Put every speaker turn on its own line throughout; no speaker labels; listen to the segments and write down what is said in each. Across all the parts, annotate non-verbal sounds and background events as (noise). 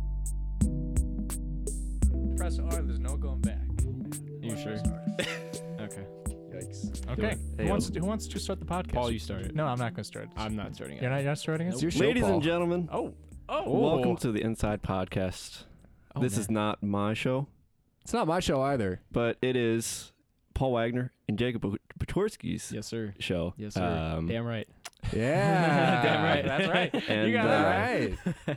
(laughs)
Okay.
Hey,
Who wants, to, who wants to start the podcast?
Paul, you start it.
No, I'm not going to start it.
I'm not starting it.
you're, not, you're not starting it?
it's your show,
Ladies
Paul.
and gentlemen,
Oh, oh,
(laughs) welcome to the Inside Podcast.
Oh,
this
man.
is not my show,
It's not my show either.
but it is Paul Wagner and Jacob Patorsky's
yes, sir.
show.
Yes, sir.
Um,
(laughs) Damn right.
Yeah.
Damn right. That's right.
And,
you got (laughs)
uh,
that
All
right.
right.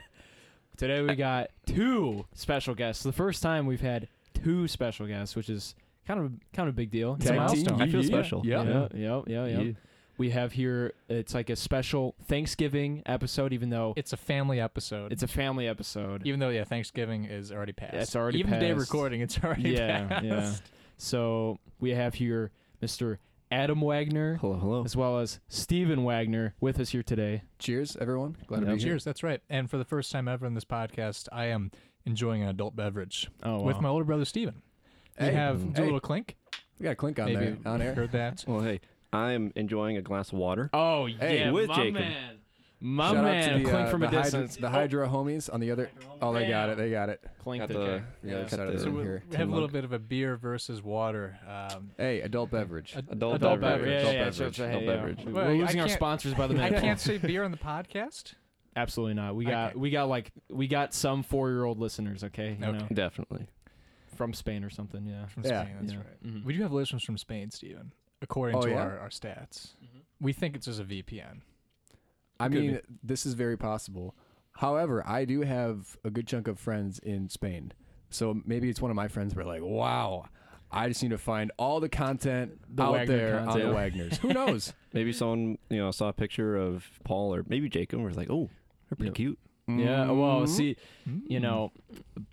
Today we got two special guests. The first time we've had two special guests, which is kind of kind of a big deal.
It's a
Yeah.
Tag team.
milestone.
I feel
Yeah.
special.
Yeah.
Yeah, yeah, yeah, yeah.
Yeah.
We have here it's like a special Thanksgiving episode, even though
It's a family episode.
it's a family episode.
Even though, yeah, Thanksgiving is already passed.
It's already
Even the day of
passed.
recording, it's already
Yeah,
passed.
yeah. So we have here Mr. Adam Wagner
Hello, hello.
as well as Stephen Wagner with us here today.
Cheers, everyone. Glad to
Yeah.
be here.
Cheers. That's right. And for the first time ever in this podcast, I am enjoying an adult beverage
Oh,
with my older brother, Steven. We
Hey.
have do
Hey.
a little clink.
We got Clink on
Maybe
there. On
you
air.
heard that.
Well, hey, I'm enjoying a glass of water.
Oh
Hey,
yeah,
with
my
Jacob.
man, my
Shout
man,
out to the,
clink
uh,
from
the
a
Hydra-
distance.
the Hydra homies on the other. Oh, they got it. They got it.
Clink
Got
the,
the-
We gotta
yeah.
cut out of the
So (laughs)
room
we're-
here.
We have a little bit of a beer versus water. Um,
Hey, adult beverage.
ad-
Adult
Adult
beverage.
beverage. Yeah,
Adult
yeah,
beverage.
so it's a-
Adult
yeah.
beverage.
We're
Well, I
losing our
can't-
sponsors by the
I
minute.
can't say beer on the podcast.
Absolutely not. We got
Okay.
we got like we got some four year old listeners. Okay, you
Okay.
know,
Definitely.
from Spain or something. Yeah.
From
Yeah.
Spain, that's
Yeah.
right.
Mhm.
We do have listeners from Spain, Stephen, according
Oh,
to
yeah?
our, our stats. We think it's just a VPN.
I
Could
mean, this is very possible. However, I do have a good chunk of friends in Spain. So maybe it's one of my friends where like, wow, I just need to find all the content
The
out
Wagner
there on
content.
the Wagners. Who knows?
Maybe someone you know saw a picture of Paul or maybe Jacob and was like, "Oh, they're pretty
Yep.
cute."
Yeah. Well,
Mm-hmm.
Mhm.
see, you know,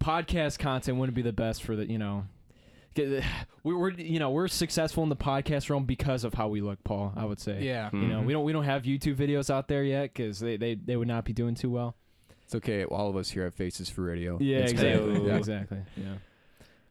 podcast content wouldn't be the best for the you know. (sighs) get- We, we're you know we're successful in the podcast realm because of how we look, Paul. I would say.
Yeah.
You know,
Mhm.
we don't we don't have YouTube videos out there yet because they, they they would not be doing too well.
It's okay. All of us here at Faces for Radio.
Yeah,
It's
exactly.
cool.
Yeah. Exactly. Yeah.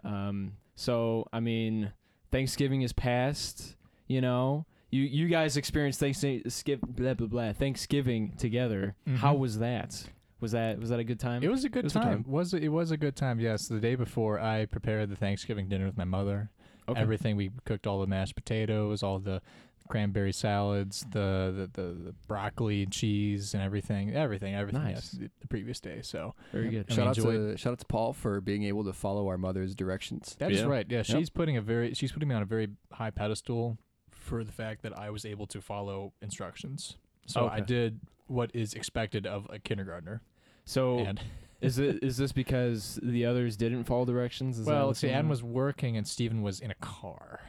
Um, so I mean, Thanksgiving is past. You know, you you guys experienced Thanksgiving skip blah blah blah Thanksgiving together.
Mhm.
How was that? Was that was that a good time?
It was a good
It was a
time.
time.
Was it, it was a good time? Yes. The day before, I prepared the Thanksgiving dinner with my mother. Everything we cooked all the mashed potatoes, all the cranberry salads, the the, the, the broccoli and cheese and everything, everything, everything.
Nice.
Yes, the previous day. So
Very good.
And
Shout
we
out to
enjoyed-
shout out to Paul for being able to follow our mother's directions.
that's
Yeah.
right. Yeah, she's putting a very she's putting me on a very high pedestal for the fact that I was able to follow instructions. So I
Okay.
did what is expected of a kindergartner.
So
and
Oh, is it is this because the others didn't follow directions? Is that
well,
what's
see,
going
Adam
on?
was working and Steven was in a car.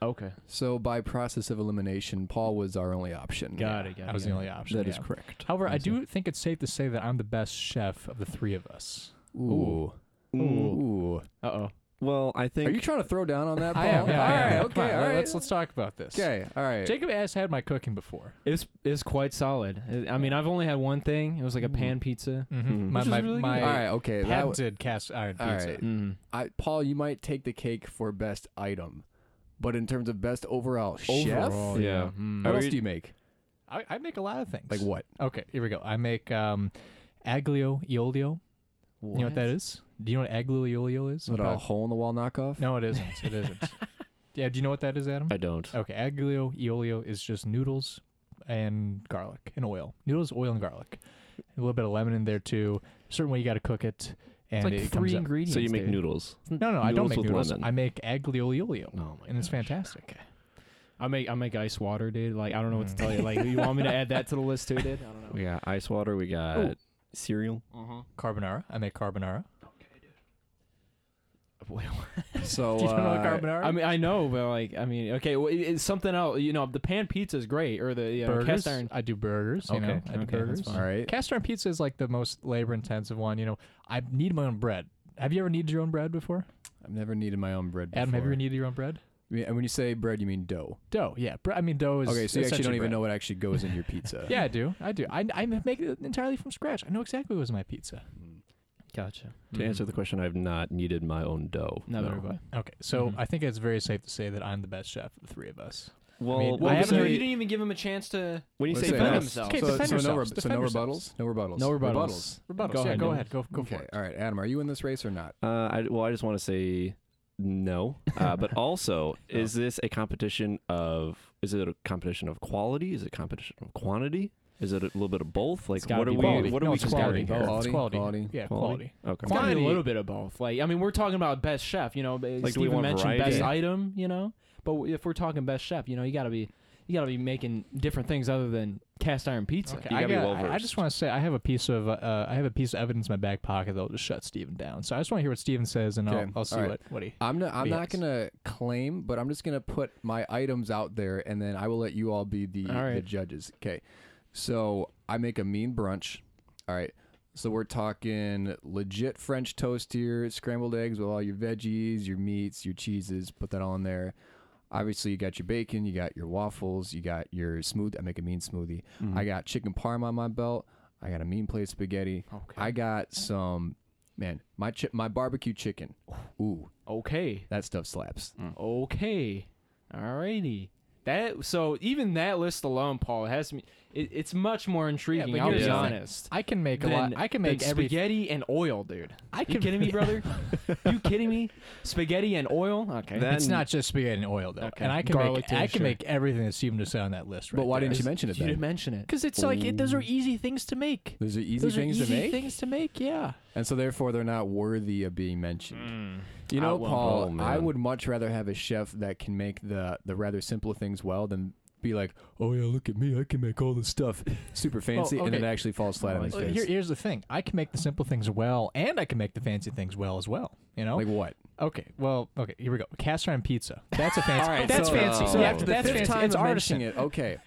okay.
So by process of elimination, Paul was our only option.
Got it. Got it.
I was
got
the
it.
only option.
That is
yeah.
correct.
However, I
I see.
do think it's safe to say that I'm the best chef of the three of us.
Ooh.
Mm,
Ooh.
Uh oh.
well, I think
Are you trying to throw down on
Uh,
that, Paul?
I am. Yeah, I
all right.
am.
Okay.
Come on,
all right.
Let's let's talk about this.
Okay. All right.
Jacob has had my cooking before.
It's it's quite solid. I- I mean, I've only had one thing. It was like a
Mm-hmm.
Ooh.
pan pizza.
Mhm.
My
Which is
my,
really good.
my
all right. Okay. That w-
patented cast iron
All
pizza.
right.
Mm.
I, Paul, you might take the cake for best item, but in terms of best overall,
Overall,
chef,
Yeah.
Mm.
what
Are
else
we-
do you make?
I, I make a lot of things.
Like what?
Okay, here we go. I make um, aglio e olio. You know what that is? Do you know what aglio e olio is?
Is it a
About-
hole in the wall knockoff?
no, it isn't. It isn't. yeah. Do you know what that is, Adam?
I don't.
Okay, aglio e olio is just noodles and garlic and oil. Noodles, oil, and garlic. A little bit of lemon in there too. Certain way you got to cook it, and
It's like
it
three
comes out-
ingredients.
So you make
dude.
noodles.
No, no, I don't
noodles
make
with
noodles.
lemon.
I make aglio e olio,
Oh
(laughs)
my
and it's fantastic.
I make I make ice water, dude. Like I don't know what to tell you. Like you want me to add that to the list too, dude? I don't know.
We got ice water. We got
Ooh.
cereal.
Uh-huh.
Carbonara. I make carbonara.
So
Do you don't know
uh,
carbonara?
I mean, I know, but like, I mean, okay, well, it- it's something else. You know, the pan pizza is great, or the you know,
burgers.
cast iron.
I do burgers. You
Okay,
know, I do
okay, that's
burgers.
fine.
all right.
Cast iron pizza is like the most labor-intensive one. You know, I need my own bread. Have you ever needed your own bread before,
I've never needed my own bread.
Adam? Have you
before.
ever needed your own bread?
I mean, And when you say bread, you mean dough.
Dough. Yeah. Bre- I mean, dough is.
Okay, so you actually
essentially
don't
bread.
even know what actually goes in your pizza.
(laughs) Yeah, I do. I do. I, I make it entirely from scratch. I know exactly what was in my pizza.
Gotcha.
Mm-hmm.
To answer the question, I've not needed my own dough.
Neither
Mm-hmm. no.
have I.
Okay, so
Mhm.
I think it's very safe to say that I'm the best chef of the three of us.
Well,
mean,
when,
I
you
haven't
say,
heard-
didn't even give him a chance to.
when you
Let's
say
say
best,
no.
themselves.
Okay,
so,
defend
so no,
yourselves.
reb- so
Defend
no
yourselves.
rebuttals. No rebuttals.
No rebuttals.
Rebuttals.
Go
yeah,
ahead,
go
Dylan.
ahead. Go, go
Okay.
for it.
All right, Adam, are you in this race or not?
uh, I, well, I
(laughs)
just
Oh.
want to say no. Uh, but also, is this a competition of is it a competition of quality? Is it a competition of quantity? Is it a little bit of both? Like
gotta
what are
be
we?
quality.
What are
no,
we
it's quality.
comparing? here?
quality.
It's quality.
Quality.
Yeah, quality.
Okay.
It's gotta be a
Quantity-
little bit of both. Like, I mean, we're talking about best chef, you know. Like,
Like, do we
Steven
want
mentioned
variety?
best
Yeah.
item, you know. But w- if we're talking best chef, you know, you gotta be, you gotta be making different things other than cast iron pizza.
Okay,
You
I,
gotta be
got-
well-versed.
I just want to say I have a piece of uh, I have a piece of evidence in my back pocket that'll just shut Steven down. So I just want to hear what Steven says, and
Okay,
I'll, I'll see
alright.
what what he.
I'm not. I'm not
Yes.
gonna claim, but I'm just gonna put my items out there, and then I will let you all be the,
All
the
right.
judges. Okay. So I make a mean brunch. All right. So we're talking legit French toast here, scrambled eggs with all your veggies, your meats, your cheeses. Put that all in there. Obviously, you got your bacon, you got your waffles, you got your smoothie. I make a mean smoothie.
Mm-hmm.
I got chicken parm on my belt. I got a mean plate of spaghetti.
Okay.
I got some, man, my chi- my barbecue chicken. Ooh,
okay.
that stuff slaps.
Okay. Alrighty. That so even that list alone, Paul, has me. It, it's much more intriguing.
but
I'll
here's
be
the thing.
honest.
I can make a lot.
than-
I can
than
make every.
spaghetti and oil, dude.
I
You
can.
kidding
(laughs)
me, brother? you kidding me? Spaghetti and oil? Okay.
That-
It's
And-
not just spaghetti and oil though,
Okay.
and I can
Garlic
make I
too,
can
sure.
make everything that Steven just said on that list. Right
but why
there.
didn't you mention it
you didn't
then?
mention it.
Because it's like it, those are easy things to make.
Those are easy
those
things
are easy
to make,
things to make. Yeah.
and so therefore they're not worthy of being mentioned.
Mm.
You know,
well,
oh,
Paul,
man.
I would much rather have a chef that can make the the rather simple things well than be like, oh yeah, look at me, I can make all this stuff (laughs) super fancy, and then
okay.
it actually falls flat on his
Well,
face.
here, here's the thing: I can make the simple things well, and I can make the fancy things well as well. You know.
like what?
okay. Well. Okay. Here we go. Cast iron pizza. That's
(laughs)
a fancy.
right, uh,
that's
so-
fancy.
so
yeah,
the
that's
fifth
fancy.
time
It's
of
artisan.
mentioning it. Okay,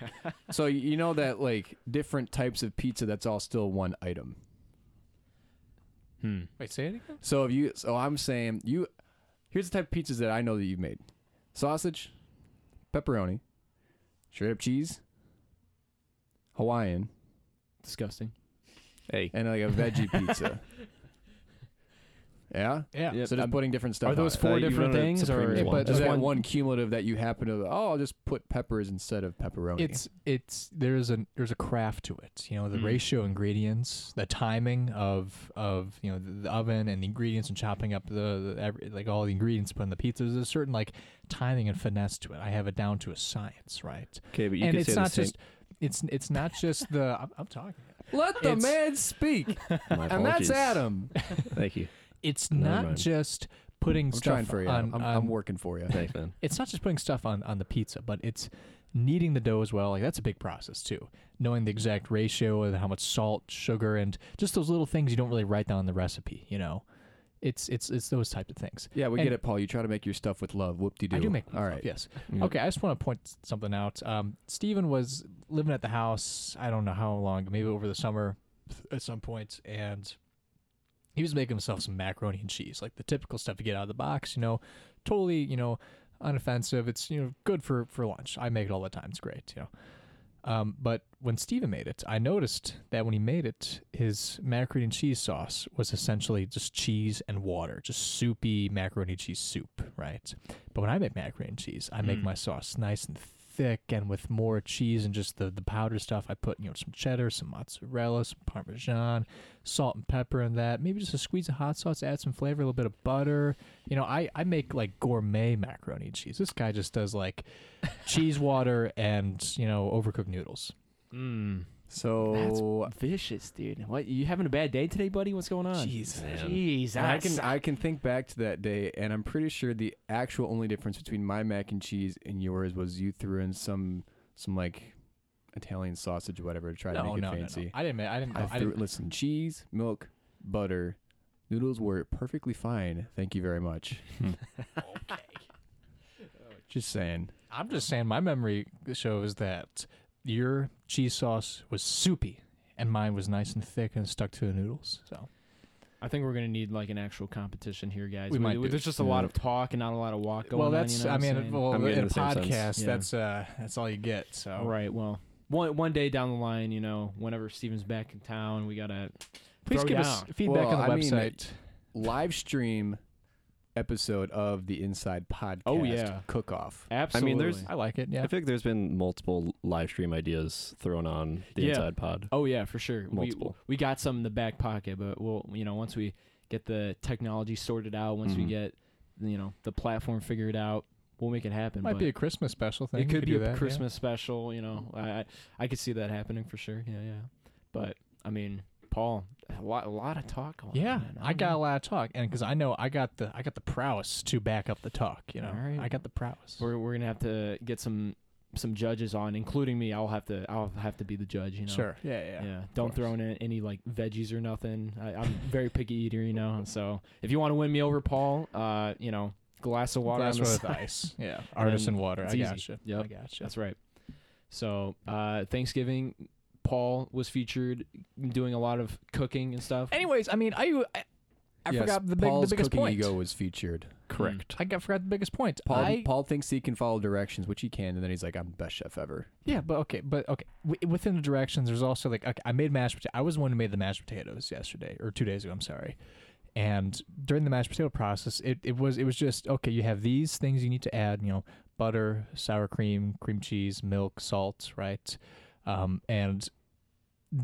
so you know that like different types of pizza, that's all still one item.
Wait, say it again.
So if you, so I'm saying you, here's the type of pizzas that I know that you've made: sausage, pepperoni, straight up cheese, Hawaiian,
Disgusting.
Hey,
and like a veggie pizza. Yeah.
Yeah.
Yep.
So just putting different stuff.
Are those
on it.
four
Uh, you
different
wanna-
things,
Supreme
or
is
Yeah,
one.
but-
Is
just
that
one-
one, cumulative that you happen to? Oh, I'll just put peppers instead of pepperoni.
It's it's there's a there's a craft to it. You know, the
Mm.
ratio of ingredients, the timing of of you know the, the oven and the ingredients and chopping up the, the every, like all the ingredients put in the pizza. There's a certain like timing and finesse to it. I have it down to a science, right?
okay, but you
and
can
it's
say
not
the same.
just it's it's not just the I'm, I'm talking.
let the
it's-
man speak,
(laughs)
My
and that's
apologies.
Adam.
Thank you.
It's
(laughs) Never
not
mind.
just putting
I'm
stuff
trying for you.
on,
Adam. I'm,
on-
I'm working for you.
Thanks, man.
it's not just putting stuff on on the pizza, but it's kneading the dough as well. Like that's a big process too. Knowing the exact ratio and how much salt, sugar, and just those little things you don't really write down in the recipe. You know, it's it's it's those type of things.
Yeah, we
And-
get it, Paul. You try to make your stuff with love. Whoop de doo.
I do make
All
love,
right.
Yes.
Mm.
Okay. I just want to point something out. Um, Steven was living at the house. I don't know how long, maybe over the summer, at some point, and he was making himself some macaroni and cheese, like the typical stuff you get out of the box. You know, totally. You know, unoffensive. It's you know good for for lunch. I make it all the time. It's great. You know. Um, but when Steven made it, I noticed that when he made it, his macaroni and cheese sauce was essentially just cheese and water, just soupy macaroni and cheese soup, right? But when I make macaroni and cheese, I make
Mm.
my sauce nice and thick and with more cheese and just the, the powder stuff. I put, you know, some cheddar, some mozzarella, some parmesan, salt and pepper in that. Maybe just a squeeze of hot sauce, add some flavor, a little bit of butter. You know, I, I make like gourmet macaroni and cheese. This guy just does like cheese water and, you know, overcooked noodles.
Mm.
So
Vicious, dude. What you having a bad day today, buddy? What's going on?
Jeez.
Man.
Jeez,
and I can I can think back to that day, and I'm pretty sure the actual only difference between my mac and cheese and yours was you threw in some some like Italian sausage or whatever to try to
No,
make it
no, no,
fancy.
no. I didn't. ma- I didn't.
I
I,
threw
didn't.
listen cheese, milk, butter. Noodles were perfectly fine. Thank you very much.
Hmm.
(laughs) Just saying.
I'm just saying. My memory shows that your cheese sauce was soupy, and mine was nice and thick and stuck to the noodles. So
I think we're gonna need like an actual competition here, guys.
We might do.
There's just a lot of talk and not a lot of walk going
well,
on.
that's.
you know
I
what I'm
mean,
saying?
well, oh.
I'm
in
getting
a
the same sense.
podcast,
Yeah.
that's uh, that's all you get. So
All right. Well, one one day down the line, you know, whenever Steven's back in town, we gotta
please
throw
give
down.
us feedback
Well,
on the
I mean,
website.
Live stream episode of the Inside Podcast
Oh, yeah.
cook off.
absolutely.
there's-
I like it. Yeah.
I feel like there's been multiple live stream ideas thrown on the
Yeah.
Inside Pod.
oh yeah, for sure. We-
Multiple.
We got some in the back pocket, but we'll you know once
Mm-hmm.
we get the technology sorted out, once we
Mhm.
get you know the platform figured out, we'll make it happen.
Might
but
be a Christmas special thing.
it
We
could, be
do
a
that, yeah. Mm.
Christmas special. You know, I I- I could see that happening for sure. Yeah, yeah. But I mean, Paul, a lot, a lot of talk. on
Yeah,
that.
I
don't
got a
know.
lot of talk, and because I know I got the I got the prowess to back up the talk. You know,
All right.
I got the prowess.
We're we're gonna have to get some some judges on, including me. I'll have to I'll have to be the judge. You know.
Sure. Yeah,
Yeah. Don't throw in any like veggies or nothing. I, I'm
(laughs)
a very picky eater, you know. and So if you want to win me over, Paul, uh, you know, glass of water.
Glass
on the
with
(laughs) side.
ice. Yeah,
And
artisan water.
it's
I
easy.
gotcha.
Yep.
I gotcha.
That's right. So uh, Thanksgiving, Paul was featured doing a lot of cooking and stuff.
Anyways, I mean, I I, I
Yes,
forgot the, big, the
Paul's
biggest
cooking
point.
ego was featured.
Correct.
I got forgot the biggest point.
Paul,
I,
Paul thinks he can follow directions, which he can, and then he's like, "I'm the best chef ever."
yeah, but okay, but okay. W- within the directions, there's also like okay, I made mashed potato. I was the one who made the mashed potatoes yesterday or two days ago. I'm sorry. And during the mashed potato process, it, it was it was just okay. You have these things you need to add. You know, butter, sour cream, cream cheese, milk, salt, right? Um, and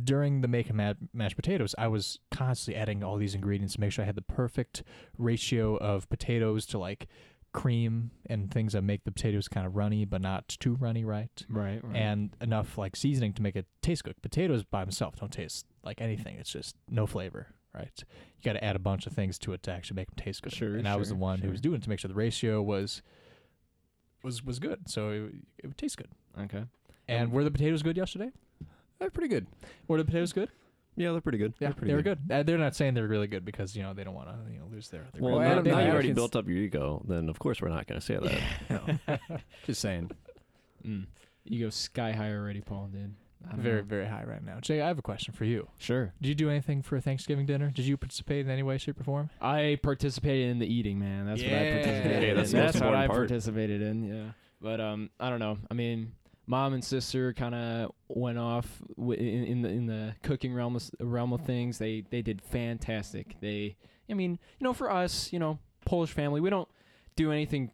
during the make of ma- mashed potatoes, I was constantly adding all these ingredients to make sure I had the perfect ratio of potatoes to like cream and things that make the potatoes kind of runny but not too runny, right?
Right. right.
And enough like seasoning to make it taste good. Potatoes by themselves don't taste like anything. It's just no flavor, right? You got to add a bunch of things to it to actually make them taste good.
Sure,
and I was the
sure,
one
sure.
who was doing it to make sure the ratio was was was good, so it, it would taste good.
okay.
And
And-
were the potatoes good yesterday?
They're pretty good.
Were the potatoes good?
Yeah, they're pretty good.
Yeah,
pretty
they were good. Uh, they're not saying they're really good because you know they don't want to you know lose their. their
Well,
Well,
now-
Adam,
now
I
(laughs)
you
can
already
s-
built up your ego. Then of course we're not going to say that.
(laughs)
Just saying.
Mm. You go sky high already, Paul. Did I don't
very
know.
very high right now. Jay, I have a question for you.
sure.
Did you do anything for Thanksgiving dinner? Did you participate in any way, shape, or form?
I participated in the eating, man. That's what I
Yeah.
participated
Hey,
in.
that's
That's,
the most
what
important
I
part.
participated in, yeah. But um, I don't know. I mean, mom and sister kind of went off w- in, in the in the cooking realm of, s- realm of things. They they did fantastic. They, I mean, you know, for us, you know, Polish family, we don't do anything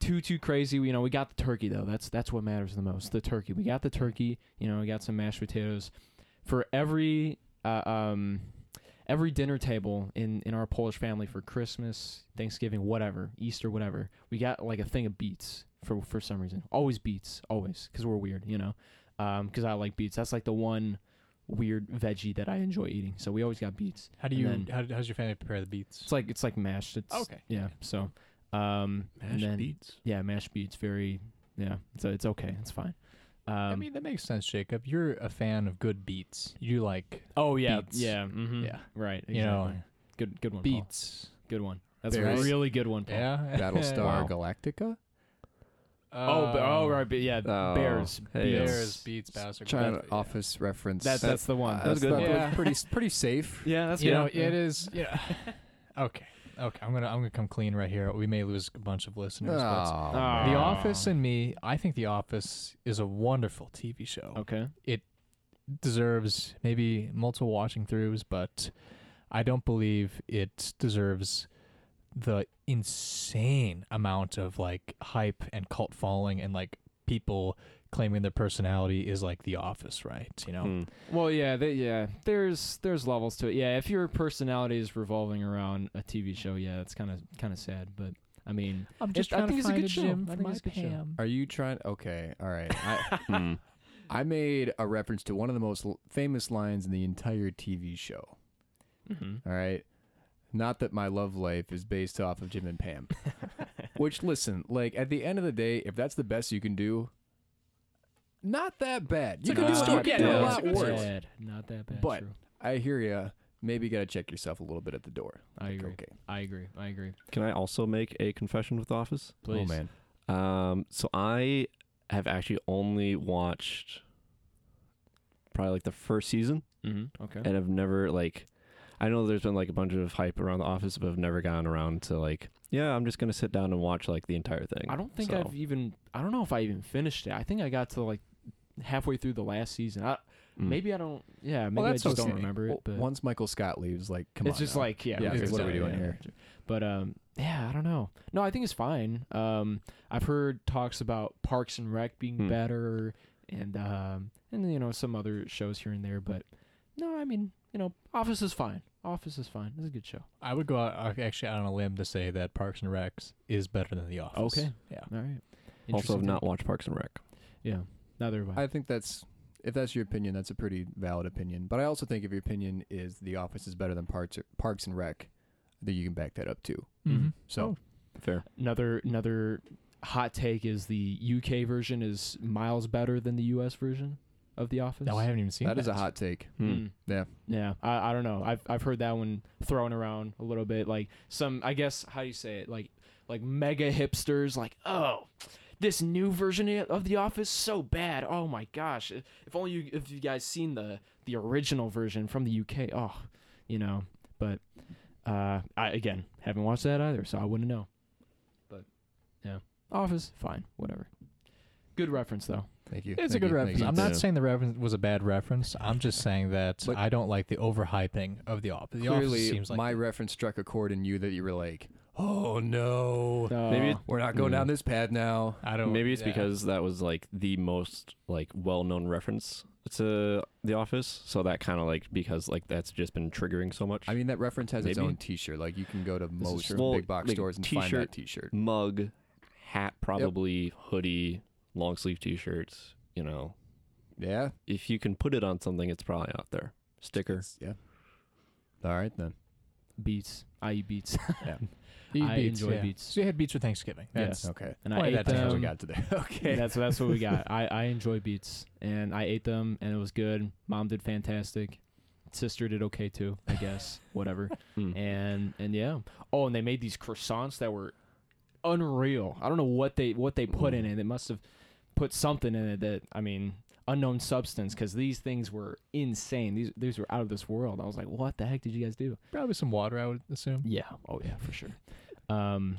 too too crazy. You know, we got the turkey though. That's that's what matters the most. The turkey. We got the turkey. You know, we got some mashed potatoes. For every uh, um every dinner table in in our Polish family for Christmas, Thanksgiving, whatever, Easter, whatever, we got like a thing of beets for for some reason. Always beets, always, because we're weird, you know. Um, because I like beets. That's like the one weird veggie that I enjoy eating. So we always got beets.
How do
And
you?
then-
how, how's your family prepare the beets?
It's like it's like mashed. It's
Okay.
Yeah. So, um, and then
beats.
yeah, mashed beets. Very yeah. So it's okay. It's fine. Um,
I mean, that makes sense, Jacob. You're a fan of good beets. You like,
oh yeah,
beets.
yeah, mhm.
yeah,
Right. Exactly.
you know,
good good one. Paul.
beets.
Good one. That's
Berries.
a really good one, Paul.
Yeah, (laughs)
Battlestar
Wow.
Galactica.
Oh, but, oh,
Um,
right, but yeah,
Oh,
bears,
hey,
beats.
Bears, beets, Bowser.
China
yeah.
Office reference.
That, that's the one.
Uh,
That was good.
that looked
Yeah.
pretty pretty safe.
(laughs)
yeah, that's
you know, it is. Yeah. (laughs) okay. Okay. I'm gonna I'm gonna come clean right here. We may lose a bunch of listeners. but
Aw,
Aw.
Ah. The
Oh, man.
Office and me, I think The Office is a wonderful TV show.
Okay.
Deserves maybe multiple watching throughs, but I don't believe it deserves the insane amount of like hype and cult following and like people claiming their personality is like The Office, right? You know,
Hmm.
Hmm.
Well, yeah, they, yeah. There's there's levels to it. Yeah, if your personality is revolving around a TV show, yeah, it's kind of kind of sad. But I mean,
I'm
just I trying to think it's a find good a show. gym I for think my it's a good show. Pam.
Are you trying? Okay, all right. I,
Hmm.
I made a reference to one of the most l- famous lines in the entire TV show.
Mm-hmm. (laughs)
All right. Not that my love life is based off of Jim and Pam. Which listen, like at the end of the day, if that's the best you can do, not that bad. you
a
can
good
do,
story.
you can
Yeah,
do
no,
a
it's a
lot
good story.
worse.
bad. Not that bad.
But-
true.
I hear you. Maybe you got to check yourself a little bit at the door.
I agree.
Okay.
I agree. I agree.
Can I also make a confession with Office?
Please.
Oh man.
Um, so I have actually only watched probably like the first season,
Mm-hmm. Okay.
and I've never like. I know there's been like a bunch of hype around the office, but I've never gotten around to like, yeah, I'm just gonna sit down and watch like the entire thing.
I don't think
So,
I've even. I don't know if I even finished it. I think I got to like halfway through the last season. I,
mm.
Maybe I don't. Yeah. Maybe I
that's
just don't
okay.
remember it.
Well,
But
once Michael Scott leaves, like, come
it's
on.
just
now.
like yeah,
Yeah,
okay,
it's
so,
what are we
yeah,
doing
yeah.
here?
But um, yeah, I don't know. No, I think it's fine. Um, I've heard talks about Parks and Rec being
Hmm.
better, and um, and you know some other shows here and there, but no, I mean, you know, Office is fine. Office is fine. It's a good show.
I would go out uh, actually out on a limb to say that Parks and Recs is better than The Office.
Okay.
Yeah.
All right.
Also,
Interesting
have not
take.
watched Parks and Rec.
Yeah. Neither have I.
I think that's if that's your opinion, that's a pretty valid opinion. But I also think if your opinion is The Office is better than Parks Parks and Rec, then you can back that up too.
Mm-hmm.
Mhm.
So
Fair.
Another another hot take is the UK version is miles better than the US version of The Office.
No, I haven't even seen
that is a hot take.
Hmm.
Mm.
Yeah.
Yeah. I, I don't know. I've I've heard that one thrown around a little bit. Like some I guess how do you say it? Like like mega hipsters like, oh this new version of The Office so bad. Oh my gosh! If only you, if you guys seen the the original version from the UK. Oh, you know. But uh, I again haven't watched that either, so I wouldn't know. But yeah, Office fine, whatever. Good reference though.
Thank you.
It's a
Thank
good
you. Thank
reference.
you.
I'm not
Yeah.
saying the reference was a bad reference. I'm just saying that
But-
I don't like the overhyping of The Office. The Office
Clearly,
seems like
my
the-
reference struck a chord in you that you were like, "Oh no,
Maybe
Uh,
we're not going
Mm.
down this path now."
I don't.
Maybe it's
Oh, yeah.
because that was like the most like well-known reference to The Office, so that kind of like because like that's just been triggering so much.
I mean, that reference has its
Maybe.
own T-shirt. Like you can go to
is
most
true.
big
Well,
box
like,
stores and find that T-shirt.
mug, hat, probably hoodie, long sleeve T-shirts. You know,
Yeah.
if you can put it on something, it's probably out there. Sticker.
Yeah. All right then.
beats. I eat beats. (laughs)
You eat
I
beats,
enjoy
yeah.
beats.
So you had beats for Thanksgiving.
Yeah.
That's
Okay.
And
Why
I ate
that's
That's
how
them.
what we got today. (laughs) okay.
That's that's (laughs) what we got. I I enjoy beats, and I ate them, and it was good. Mom did fantastic. Sister did okay too, I (laughs) guess. Whatever.
Mm.
And and yeah. Oh, and they made these croissants that were unreal. I don't know what they what they put in it. They must have put something in it that I mean unknown substance because these things were insane. These these were out of this world. I was like, what the heck did you guys do?
probably some water, I would assume.
Yeah. Oh yeah, for sure. (laughs) Um.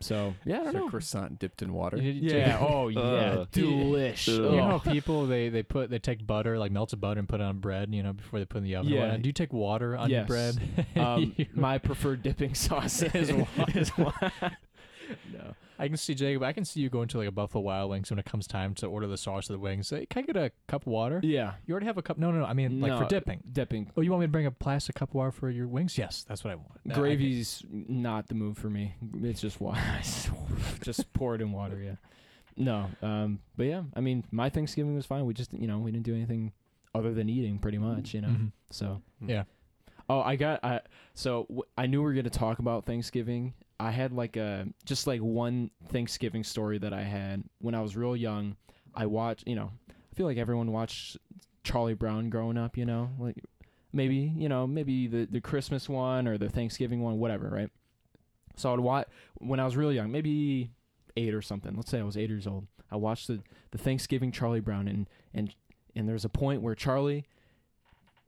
So yeah, I don't
Is there
know.
croissant dipped in water.
You- Yeah. Oh (laughs) yeah.
Uh,
Delish.
You
Oh.
uh,
(laughs)
Ugh.
know, how people they they put they take butter like melted butter and put it on bread. You know, before they put it in the oven. or
Yeah.
whatnot. Do you take water on your
Yes.
bread? (laughs)
(laughs) Um,
You-
my preferred dipping sauce (laughs) is what? Is (laughs) what? no.
I can see Jacob. I can see you going to like a Buffalo Wild Wings when it comes time to order the sauce of the wings. Say, can I get a cup of water?
Yeah.
You already have a cup. No, no, no. I mean, like for
No.
dipping.
Dipping.
Oh, you want me to bring a plastic cup of water for your wings? Yes, that's what I want. That- I can-
Gravy's not the move for me. (laughs) It's just water. just pour it in water. Yeah. No. Um. But yeah. I mean, my Thanksgiving was fine. We just, you know, we didn't do anything other than eating, pretty much. You know.
Mhm.
So.
Yeah.
Oh, I got. I so w- I knew we were gonna talk about Thanksgiving. I had like a just like one Thanksgiving story that I had when I was real young. I watched. You know, I feel like everyone watched Charlie Brown growing up. You know, like maybe you know maybe the the Christmas one or the Thanksgiving one, whatever, right? So I'd watch when I was real young, maybe eight or something. Let's say I was eight years old. I watched the the Thanksgiving Charlie Brown and and and there's a point where Charlie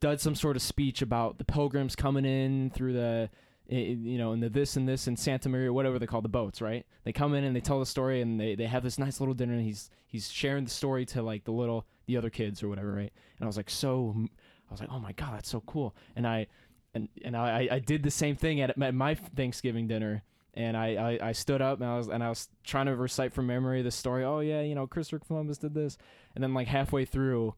does some sort of speech about the pilgrims coming in through the i- i- you know and the this and this and Santa Maria whatever they call the boats right they come in and they tell the story and they, they have this nice little dinner and he's he's sharing the story to like the little the other kids or whatever right and I was like so I was like oh my god that's so cool and I and and I I I did the same thing at, at my Thanksgiving dinner and I, I, I stood up and I was and I was trying to recite from memory the story. Oh yeah, you know Christopher Columbus did this, and then like halfway through,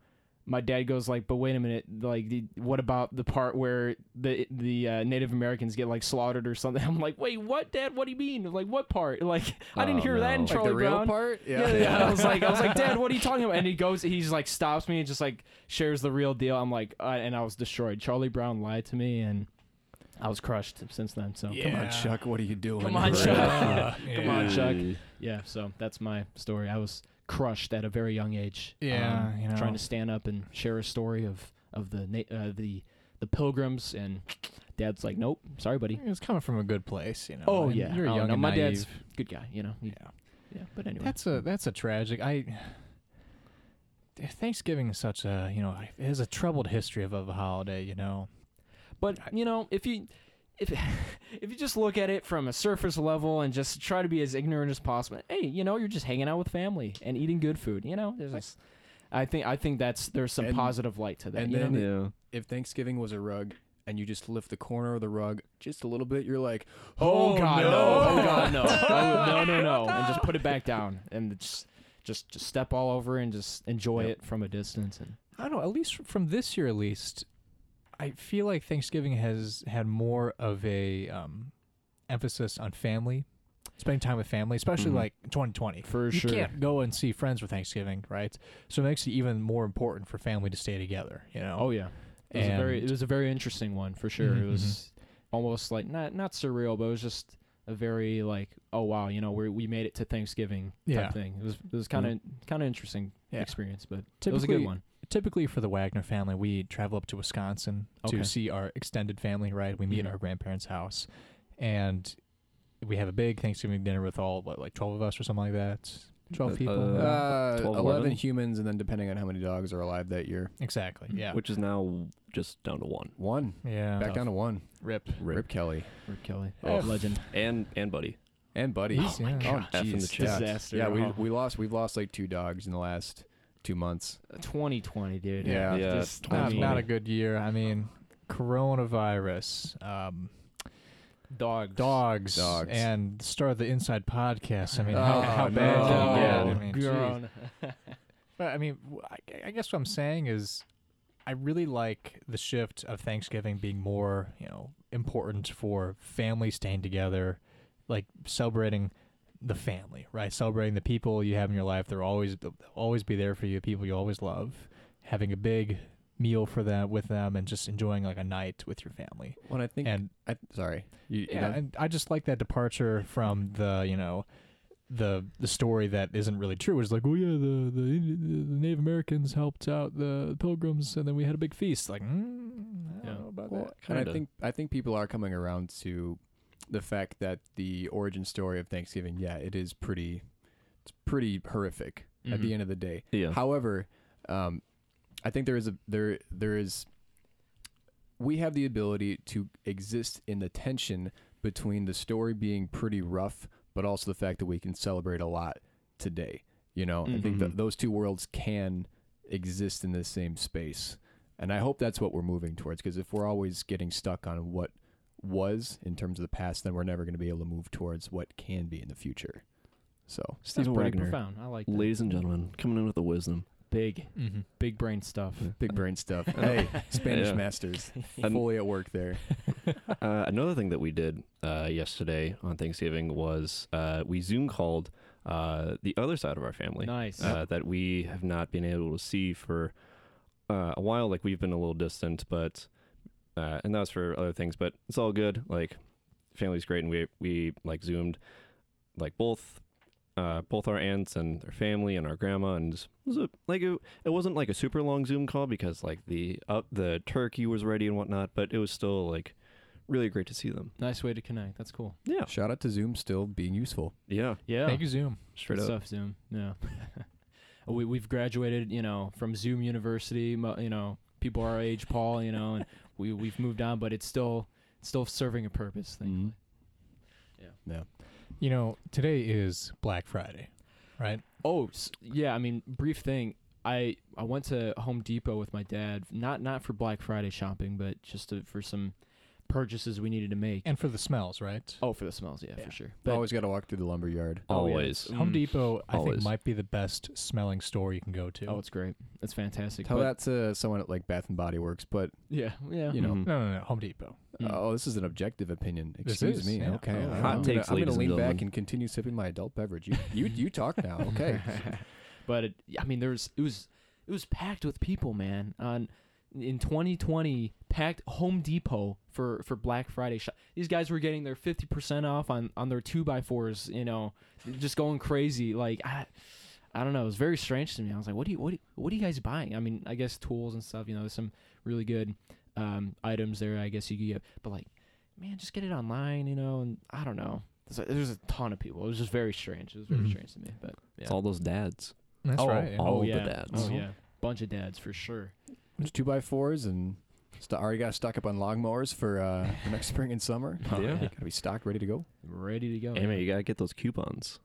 my dad goes like, "But wait a minute, like the, what about the part where the the uh, Native Americans get like slaughtered or something?" (laughs) I'm like, "Wait, what, Dad? What do you mean? Like what part? (laughs) Like I didn't
Oh,
hear that in
no. Like
Charlie
the
Like the real
Brown."
part.
Yeah, yeah, (laughs) I was like, I was like, Dad, what are you talking about? And he goes, he's like, stops me and just like shares the real deal. I'm like, uh, and I was destroyed. Charlie Brown lied to me, and I was crushed since then. So
(laughs) Come
Yeah.
on, Chuck. What are you doing?
Come on,
Hurry
Chuck.
up.
Uh, (laughs)
Come on,
yeah.
Chuck. Yeah, so that's my story. I was crushed at a very young age. um,
Yeah, you know.
trying to stand up and share a story of of the na- uh, the the pilgrims, and Dad's like, "Nope, sorry, buddy.
It's coming from a good place, you know.
Oh,
and
yeah.
you're
Oh,
young
no,
and
my
naive.
dad's- Good guy, you know." He-
Yeah.
yeah. But anyway,
That's a that's a tragic. I Thanksgiving is such a you know it has a troubled history of, of a holiday. You know,
But you know, if you if (laughs) if you just look at it from a surface level and just try to be as ignorant as possible, hey, you know, you're just hanging out with family and eating good food. You know, there's just, I think I think that's there's some
And-
positive light to that.
and
you
then-
know?
Yeah.
(laughs) If Thanksgiving was a rug and you just lift the corner of the rug just a little bit, you're like,
Oh, God, no. Oh (laughs) God, no.
Oh,
Oh, no, no, no. And just put it back down and just just just step all over and just enjoy
Yep.
it from a distance. And
I don't know. At least from this year, at least I feel like Thanksgiving has had more of a um, emphasis on family, spending time with family, especially
Mm-hmm.
Mhm.
like 2020.
For
you
sure.
can't go and see friends for Thanksgiving, right? So it makes it even more important for family to stay together. You know.
Oh yeah, it was a very it
And-
was a very interesting one for sure.
Mhm,
It was almost like not not surreal, but it was just a very like oh wow, you know we we made it to Thanksgiving
Yeah. Mm-hmm.
type thing. It was it was kind of kind of interesting
Yeah.
experience, but it was a good
Typically-
one.
typically for the Wagner family, we travel up to Wisconsin
Okay.
to see our extended family, right? We meet
Mhm.
at our grandparents' house and we have a big Thanksgiving dinner with all what, like 12 of us or something like that. 12
Uh,
people.
uh,
Uh,
12,
11
11?
humans, and then depending on how many dogs are alive that year,
exactly. Yeah.
which is now just down to one.
one
yeah.
back down to one.
rip.
Rip,
Rip.
Kelly
Rick Kelly,
Oh.
legend,
And and Buddy.
and Buddy.
Jeez, (laughs) yeah.
Oh,
F in the
jeez.
chat.
Disaster.
Yeah, we
Oh.
we lost we've lost like two dogs in the last two months.
2020, dude.
Yeah.
Yeah,
Just-
it's
I
Not,
mean-
not a good year. I mean, coronavirus, um,
dogs.
dogs,
Dogs.
and the start of the Inside podcast. I mean, how,
Oh,
how
no.
bad
Oh,
did it get? I mean, jeez.
grown. (laughs)
But I mean, w- I, I guess what I'm saying is, I really like the shift of Thanksgiving being more, you know, important for family staying together, like celebrating the family, right? Celebrating the people you have in your life. They're always they'll always be there for you. People you always love. Having a big meal for them with them and just enjoying like a night with your family.
When I think
And
I sorry. You, you
yeah,
know,
and I just like that departure from the you know the the story that isn't really true. It's like, oh yeah, the the, Indi- the Native Americans helped out the Pilgrims, and then we had a big feast. Like, mm, I don't
Yeah.
know about
well,
that.
and I
kinda.
think I think people are coming around to the fact that the origin story of Thanksgiving, yeah, it is pretty it's pretty horrific at
Mhm.
the end of the day.
Yeah.
However, um, I think there is a there there is we have the ability to exist in the tension between the story being pretty rough, but also the fact that we can celebrate a lot today. You know, I think
Mhm.
that those two worlds can exist in the same space, and I hope that's what we're moving towards. Because if we're always getting stuck on what was in terms of the past, then we're never going to be able to move towards what can be in the future. So
Stephen
That's pretty
Wagner.
profound. I like that.
Ladies and gentlemen, coming in with the wisdom.
big,
Mm-hmm.
big
(laughs)
brain stuff. (laughs)
(laughs) big brain stuff. hey, Spanish
Yeah.
masters.
And-
fully at work there.
Uh, another thing that we did uh, yesterday on Thanksgiving was uh, we Zoom called uh, the other side of our family
Nice.
uh, that we have not been able to see for uh, a while. Like we've been a little distant, but uh, and that was for other things. But it's all good. Like family's great, and we we like zoomed like both uh, both our aunts and their family and our grandma, and just, it was a, like it, it wasn't like a super long Zoom call because like the up the turkey was ready and whatnot, but it was still like really great to see them.
nice way to connect. That's cool.
Yeah,
Shout out to Zoom still being useful.
yeah,
Yeah.
Thank you, Zoom.
straight
Good
up.
stuff, Zoom. Yeah. (laughs) we we've graduated, you know, from Zoom University. mo- You know, people our age, Paul. You know, and we we've moved on, but it's still it's still serving a purpose. Thankfully.
Mm.
You know, today is Black Friday, right?
Oh s- yeah, I mean, brief thing. I I went to Home Depot with my dad, not not for Black Friday shopping, but just to, for some purchases we needed to make.
And for the smells, right?
oh, for the smells, yeah,
Yeah.
for sure. But
Always got to walk through the lumber yard.
oh, yeah.
Always.
Home
Mm.
Depot, I think,
Always.
might be the best smelling store you can go to.
Oh, it's great. It's fantastic.
Tell
but-
that to someone at like Bath and Body Works, but
Yeah, yeah.
you know, uh,
Mhm.
no, no, no, Home Depot.
Mm.
oh, this is an objective opinion.
Mm-hmm. This
Excuse
is,
me.
yeah.
Okay,
Oh,
I'm
hot
gonna-
takes,
I'm gonna
ladies and
lean back
gentlemen.
and continue sipping my adult beverage. You, you, you talk now. Okay.
but it, I mean, there's it was it was packed with people, man. On in 2020, packed Home Depot for for Black Friday shop. These guys were getting their 50% off on on their two by fours. You know, just going crazy. Like I. I don't know. It was very strange to me. I was like, "What do you, what, do you, what are you guys buying?" I mean, I guess tools and stuff. You know, there's some really good um, items there. I guess you could get, but like, man, just get it online. You know, and I don't know. There's a, there's a ton of people. It was just very strange. It was very
Mhm.
strange to me. But yeah.
It's all those dads.
That's
Oh,
right. yeah. (laughs)
all
Oh,
the
yeah.
dads.
Mm-hmm.
Oh yeah, bunch of dads for sure.
There's two by fours and st- already got to stock up on lawnmowers for, uh, for next (laughs) spring and summer.
Oh, yeah.
Gotta be stocked, ready to go.
ready to go.
Hey, man, you gotta get those coupons.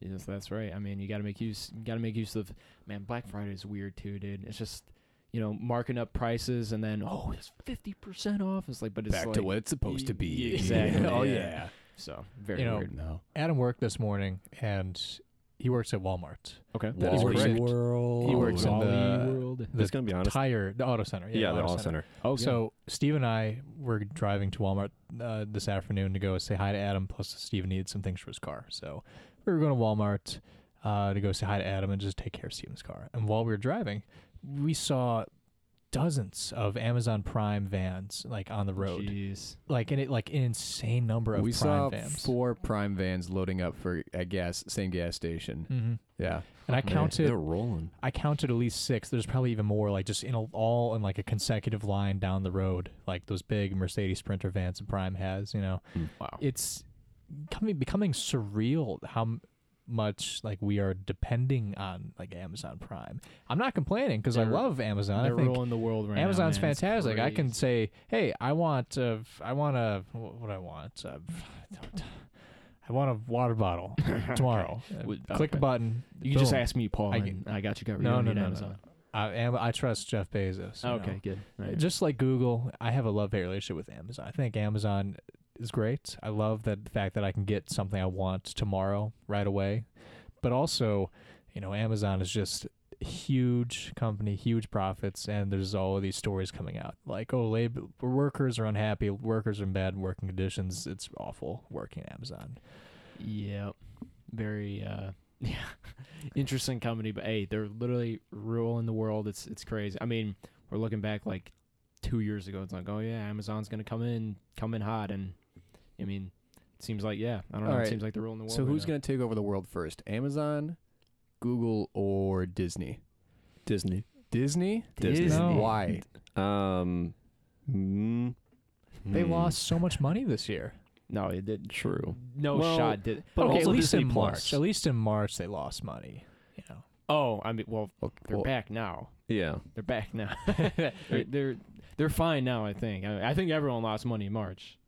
Yes, that's right. I mean, you got to make use. Got to make use of. Man, Black Friday is weird too, dude. It's just you know marking up prices and then oh, it's fifty percent off. It's like, but it's
Back
like,
to what it's supposed to be.
Exactly,
(laughs) oh
yeah.
yeah.
So very
You know,
weird.
No.
Adam worked this morning, and he works at Walmart.
Okay.
That is Oh,
Wall-E
correct.
World.
He works in
Wally
the
World.
the
It's gonna be honest.
tire the auto center. Yeah,
yeah, the
auto
Hall
center.
Center.
Oh, yeah.
So Steve and I were driving to Walmart uh, this afternoon to go say hi to Adam. Plus, Steve needed some things for his car, so we were going to Walmart uh, to go say hi to Adam and just take care of Steven's car. And while we were driving, we saw dozens of Amazon Prime vans like on the road,
Jeez.
like in it like an insane number of
we
Prime
saw
vans.
four prime vans loading up for a gas same gas station.
hmm
Yeah,
And I
They're-
counted
They're rolling.
I counted at least six. There's probably even more, like just in a, all in like a consecutive line down the road, like those big Mercedes Sprinter vans that Prime has. You know,
Wow.
it's coming becoming surreal how m- much like we are depending on like Amazon Prime. I'm not complaining because I
They're-
love Amazon.
They're
I think
ruling the world right now,
Amazon's
man. It's
fantastic. I can
crazy.
say, hey, I want, uh, f- I want a, wh- what I want, uh, I want a water
(laughs)
bottle tomorrow. Uh,
Would-
Click the
okay.
button.
You can just
boom.
ask me, Paul.
I
I,
get-
I got you covered.
No,
you don't
no,
need
no, no,
Amazon.
I am. I trust Jeff Bezos. you
okay,
know.
good. Right.
Just like Google, I have a love hate relationship with Amazon. I think Amazon is great. I love that the fact that I can get something I want tomorrow right away. But also, you know, Amazon is just a huge company, huge profits, and there's all of these stories coming out like, oh, labor workers are unhappy, workers are in bad working conditions. It's awful working at Amazon.
Yeah. Very uh (laughs) yeah. Interesting company, but hey, they're literally ruling the world. It's it's crazy. I mean, we're looking back like two years ago, it's like, oh yeah, Amazon's gonna come in come in hot and I mean it seems like yeah. I don't know,
All
it
right.
seems like they're ruling the world.
So
right
who's
now.
going to take over the world first? Amazon, Google, or Disney?
Disney.
Disney.
Disney.
No.
Why?
Um. mm,
They
hmm,
lost so much money this year.
No, it did
True.
no
Well,
shot did
But
okay,
also
at least
Disney
in
Plus.
March. At least in March, they lost money. You know.
Oh, I mean well
Okay,
they're
well,
back now.
Yeah.
They're back now. (laughs) they're, they're they're fine now, I think. I, I think everyone lost money in March.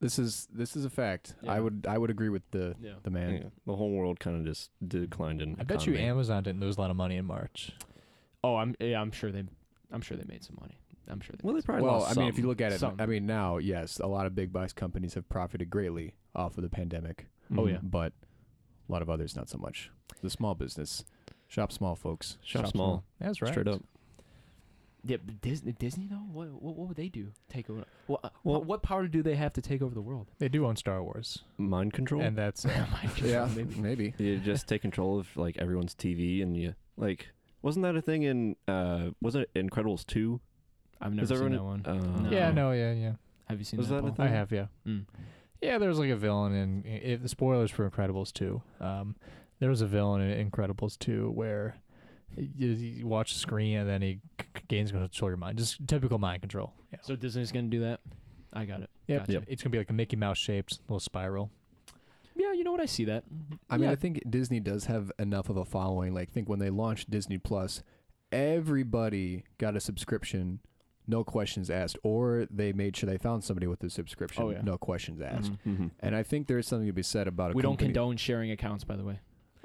this is this is a fact.
Yeah.
I would I would agree with the
Yeah.
the man.
yeah. The whole world kind of just declined in.
I bet you
economy.
Amazon didn't lose a lot of money in March.
Oh, I'm yeah, I'm sure they I'm sure they made some money. I'm sure they
Well, they
made some-
probably
well,
lost
I mean, if
some.
you look at it,
Some.
I mean, now, yes, a lot of big box companies have profited greatly off of the pandemic.
Oh,
Mhm.
yeah.
But a lot of others, not so much. The small business. Shop small, folks.
Mm-hmm. Shop, small.
That's right.
Straight up.
Yeah, but Disney, Disney though, what, what what would they do? Take over? Well, uh,
Well-
well, what power do they have to take over the world? (laughs)
They do own Star Wars,
Mind control.
and that's it.
Mind control,
Yeah,
maybe.
(laughs) maybe.
you just take control of like everyone's TV and you like. Wasn't that a thing in? uh Wasn't it Incredibles two?
I've never seen
everyone-
that one.
uh,
No.
yeah, no, yeah, yeah.
Have you seen
Was
that?
that a
Paul?
thing?
I have, yeah,
Mm.
yeah. There was like a villain in if the spoilers for Incredibles two. Um, there was a villain in Incredibles two where you, you watch the screen and then he c- c- gains control of your mind. Just typical mind control. Yeah.
So Disney's gonna do that. I got it.
Yep.
Gotcha.
Yep.
It's gonna be like a Mickey Mouse shaped little spiral.
Yeah, you know what? I see that.
I mean,
Yeah.
I think Disney does have enough of a following. Like, think when they launched Disney Plus, everybody got a subscription, no questions asked, or they made sure they found somebody with a subscription,
Oh, yeah.
no questions asked.
Mhm.
Mhm.
And I think there is something to be said about a
We don't
company-
condone sharing accounts, by the way.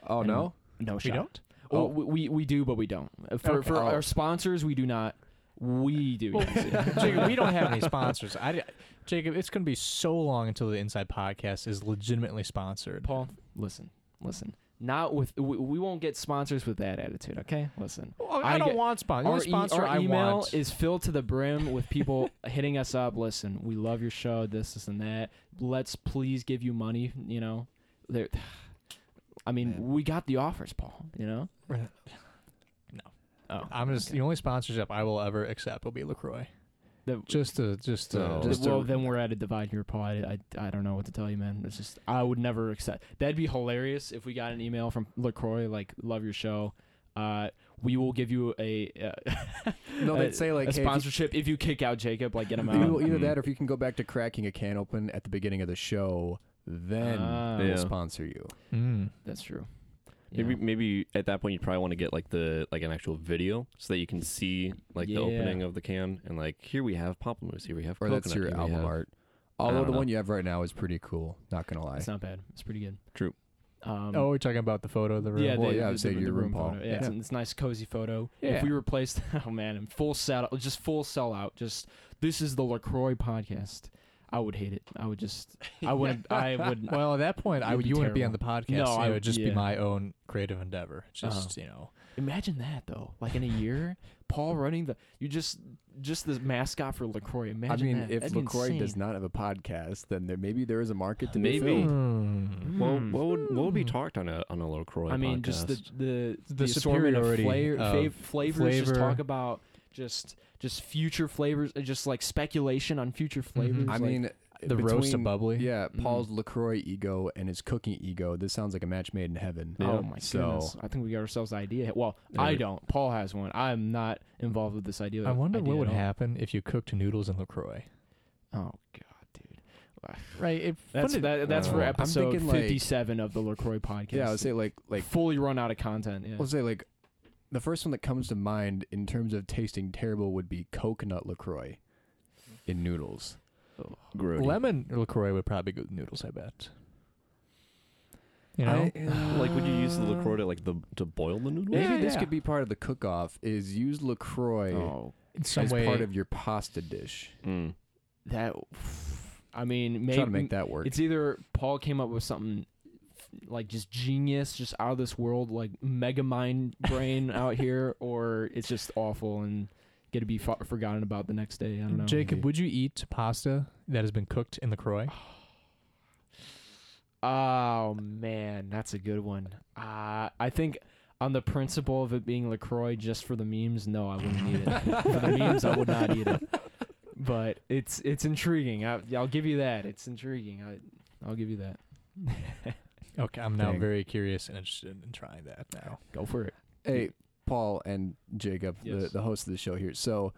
Oh
and-
no,
No,
We
shot.
don't.
Oh.
Oh, we, we we do, but we don't. Uh, For
Okay.
for
Oh.
our sponsors, we do not. We do. (laughs)
(laughs) Jacob, we don't have any sponsors. I, di- Jacob, it's gonna be so long until the Inside Podcast is legitimately sponsored.
Paul, listen, listen. Not with we, we won't get sponsors with that attitude. Okay, listen.
Well, I,
I
don't
get-
want sponsor.
Our,
Only
e-
sponsor
our
I
email
want.
is filled to the brim with
(laughs)
people hitting us up. Listen, we love your show. This, this, and that. Let's please give you money. You know, there. I mean,
Man.
we got the offers, Paul. You know.
No.
Oh,
I'm just
okay.
the only sponsorship I will ever accept will be Lacroix.
The-
Just to just to
No.
just
Just
well,
a-
then we're at a divide here, Paul. I, I, I don't know what to tell you, man. It's just I would never accept. That'd be hilarious if we got an email from Lacroix like, "Love your show. Uh, we will give you a uh,
no,
a-
they'd say like
a
hey, if you-
sponsorship Mm-hmm. if you kick out Jacob, like
(laughs)
get him
Either,
out."
either
Mhm.
that, or if you can go back to cracking a can open at the beginning of the show, then uh,
Ah.
we'll
Yeah.
sponsor you.
mm.
That's true.
Maybe
Yeah.
maybe at that point you probably want to get like the like an actual video so that you can see like
Yeah.
the opening of the can and like here we have pamplemousse, here we have
Or
coconut,
that's your
here we
album
have-
art.
I
Although
don't
the
know.
one you have right now is pretty cool. Not gonna lie.
It's not bad. It's pretty good.
True.
Um,
Oh, we're talking about the photo of the room.
yeah,
well,
the,
yeah, I
the,
would say
the-
your
the
room,
room
Paul.
photo. Yeah, It's,
Yeah.
it's a nice cozy photo.
Yeah.
If we (laughs) replaced, oh man, in full saddle, just full sellout. Just this is the Lacroix podcast. I would hate it. I would just.
(laughs)
I wouldn't. I would.
Well, at that point, I
It'd
would
be
you wouldn't be on the
terrible.
podcast.
No,
it
I-
would just be
yeah.
my own creative endeavor. Just you know,
Imagine that though. Like in a year, Paul running the. You just just the mascot for Lacroix. Imagine.
I mean,
that.
if
That'd be
Lacroix does
insane.
not have a podcast, then there maybe there is a market to be
Maybe.
filled.
Well,
Hmm.
what would what would be talked on a on a Lacroix?
I mean,
podcast?
just the the
The
assortment of
superiority
flavor,
of
flavors. Just
flavor.
talk about just just future flavors, uh, just like speculation on future flavors.
I
like-
mean,
the roast of
between-
bubbly.
Yeah,
Mm.
Paul's Lacroix ego and his cooking ego. This sounds like a match made in heaven.
Yeah.
oh my
So-
goodness! I think we got ourselves an idea. Well,
Yeah,
I
we-
don't. Paul has one. I'm not involved with this idea.
I wonder
idea
what would
at all.
happen if you cooked noodles in Lacroix.
Oh god, dude.
Right. It,
That's that, that's for
Uh, I'm
episode
Oh, thinking, like-
57 of the Lacroix podcast.
Yeah, I would say like like
fully run out of content. Yeah.
let's say like the first one that comes to mind in terms of tasting terrible would be coconut Lacroix in noodles.
Grody.
lemon Lacroix would probably go with noodles. I bet. You know,
uh,
uh, like would you use the Lacroix to like the to boil the noodles?
Maybe
Yeah,
this
yeah.
could be part of the cook-off. Is use Lacroix
oh,
in some
as
way.
part of your pasta dish.
Mm.
that. I mean,
Try to
maybe
make that work.
it's either Paul came up with something like just genius, just out of this world, like mega mind brain out here, or it's just awful and get to be fo- forgotten about the next day. I don't know.
Jacob, would you eat pasta that has been cooked in Lacroix?
Oh man, that's a good one. Uh, I think on the principle of it being Lacroix just for the memes, no, I wouldn't eat it. for the memes, I would not eat it. But it's it's intriguing. I, I'll give you that. It's intriguing. I, I'll give you that.
Okay, I'm now
Dang.
very curious and interested in trying that now.
Go for it.
Hey, Paul and Jacob, the,
Yes.
the host of the show here. So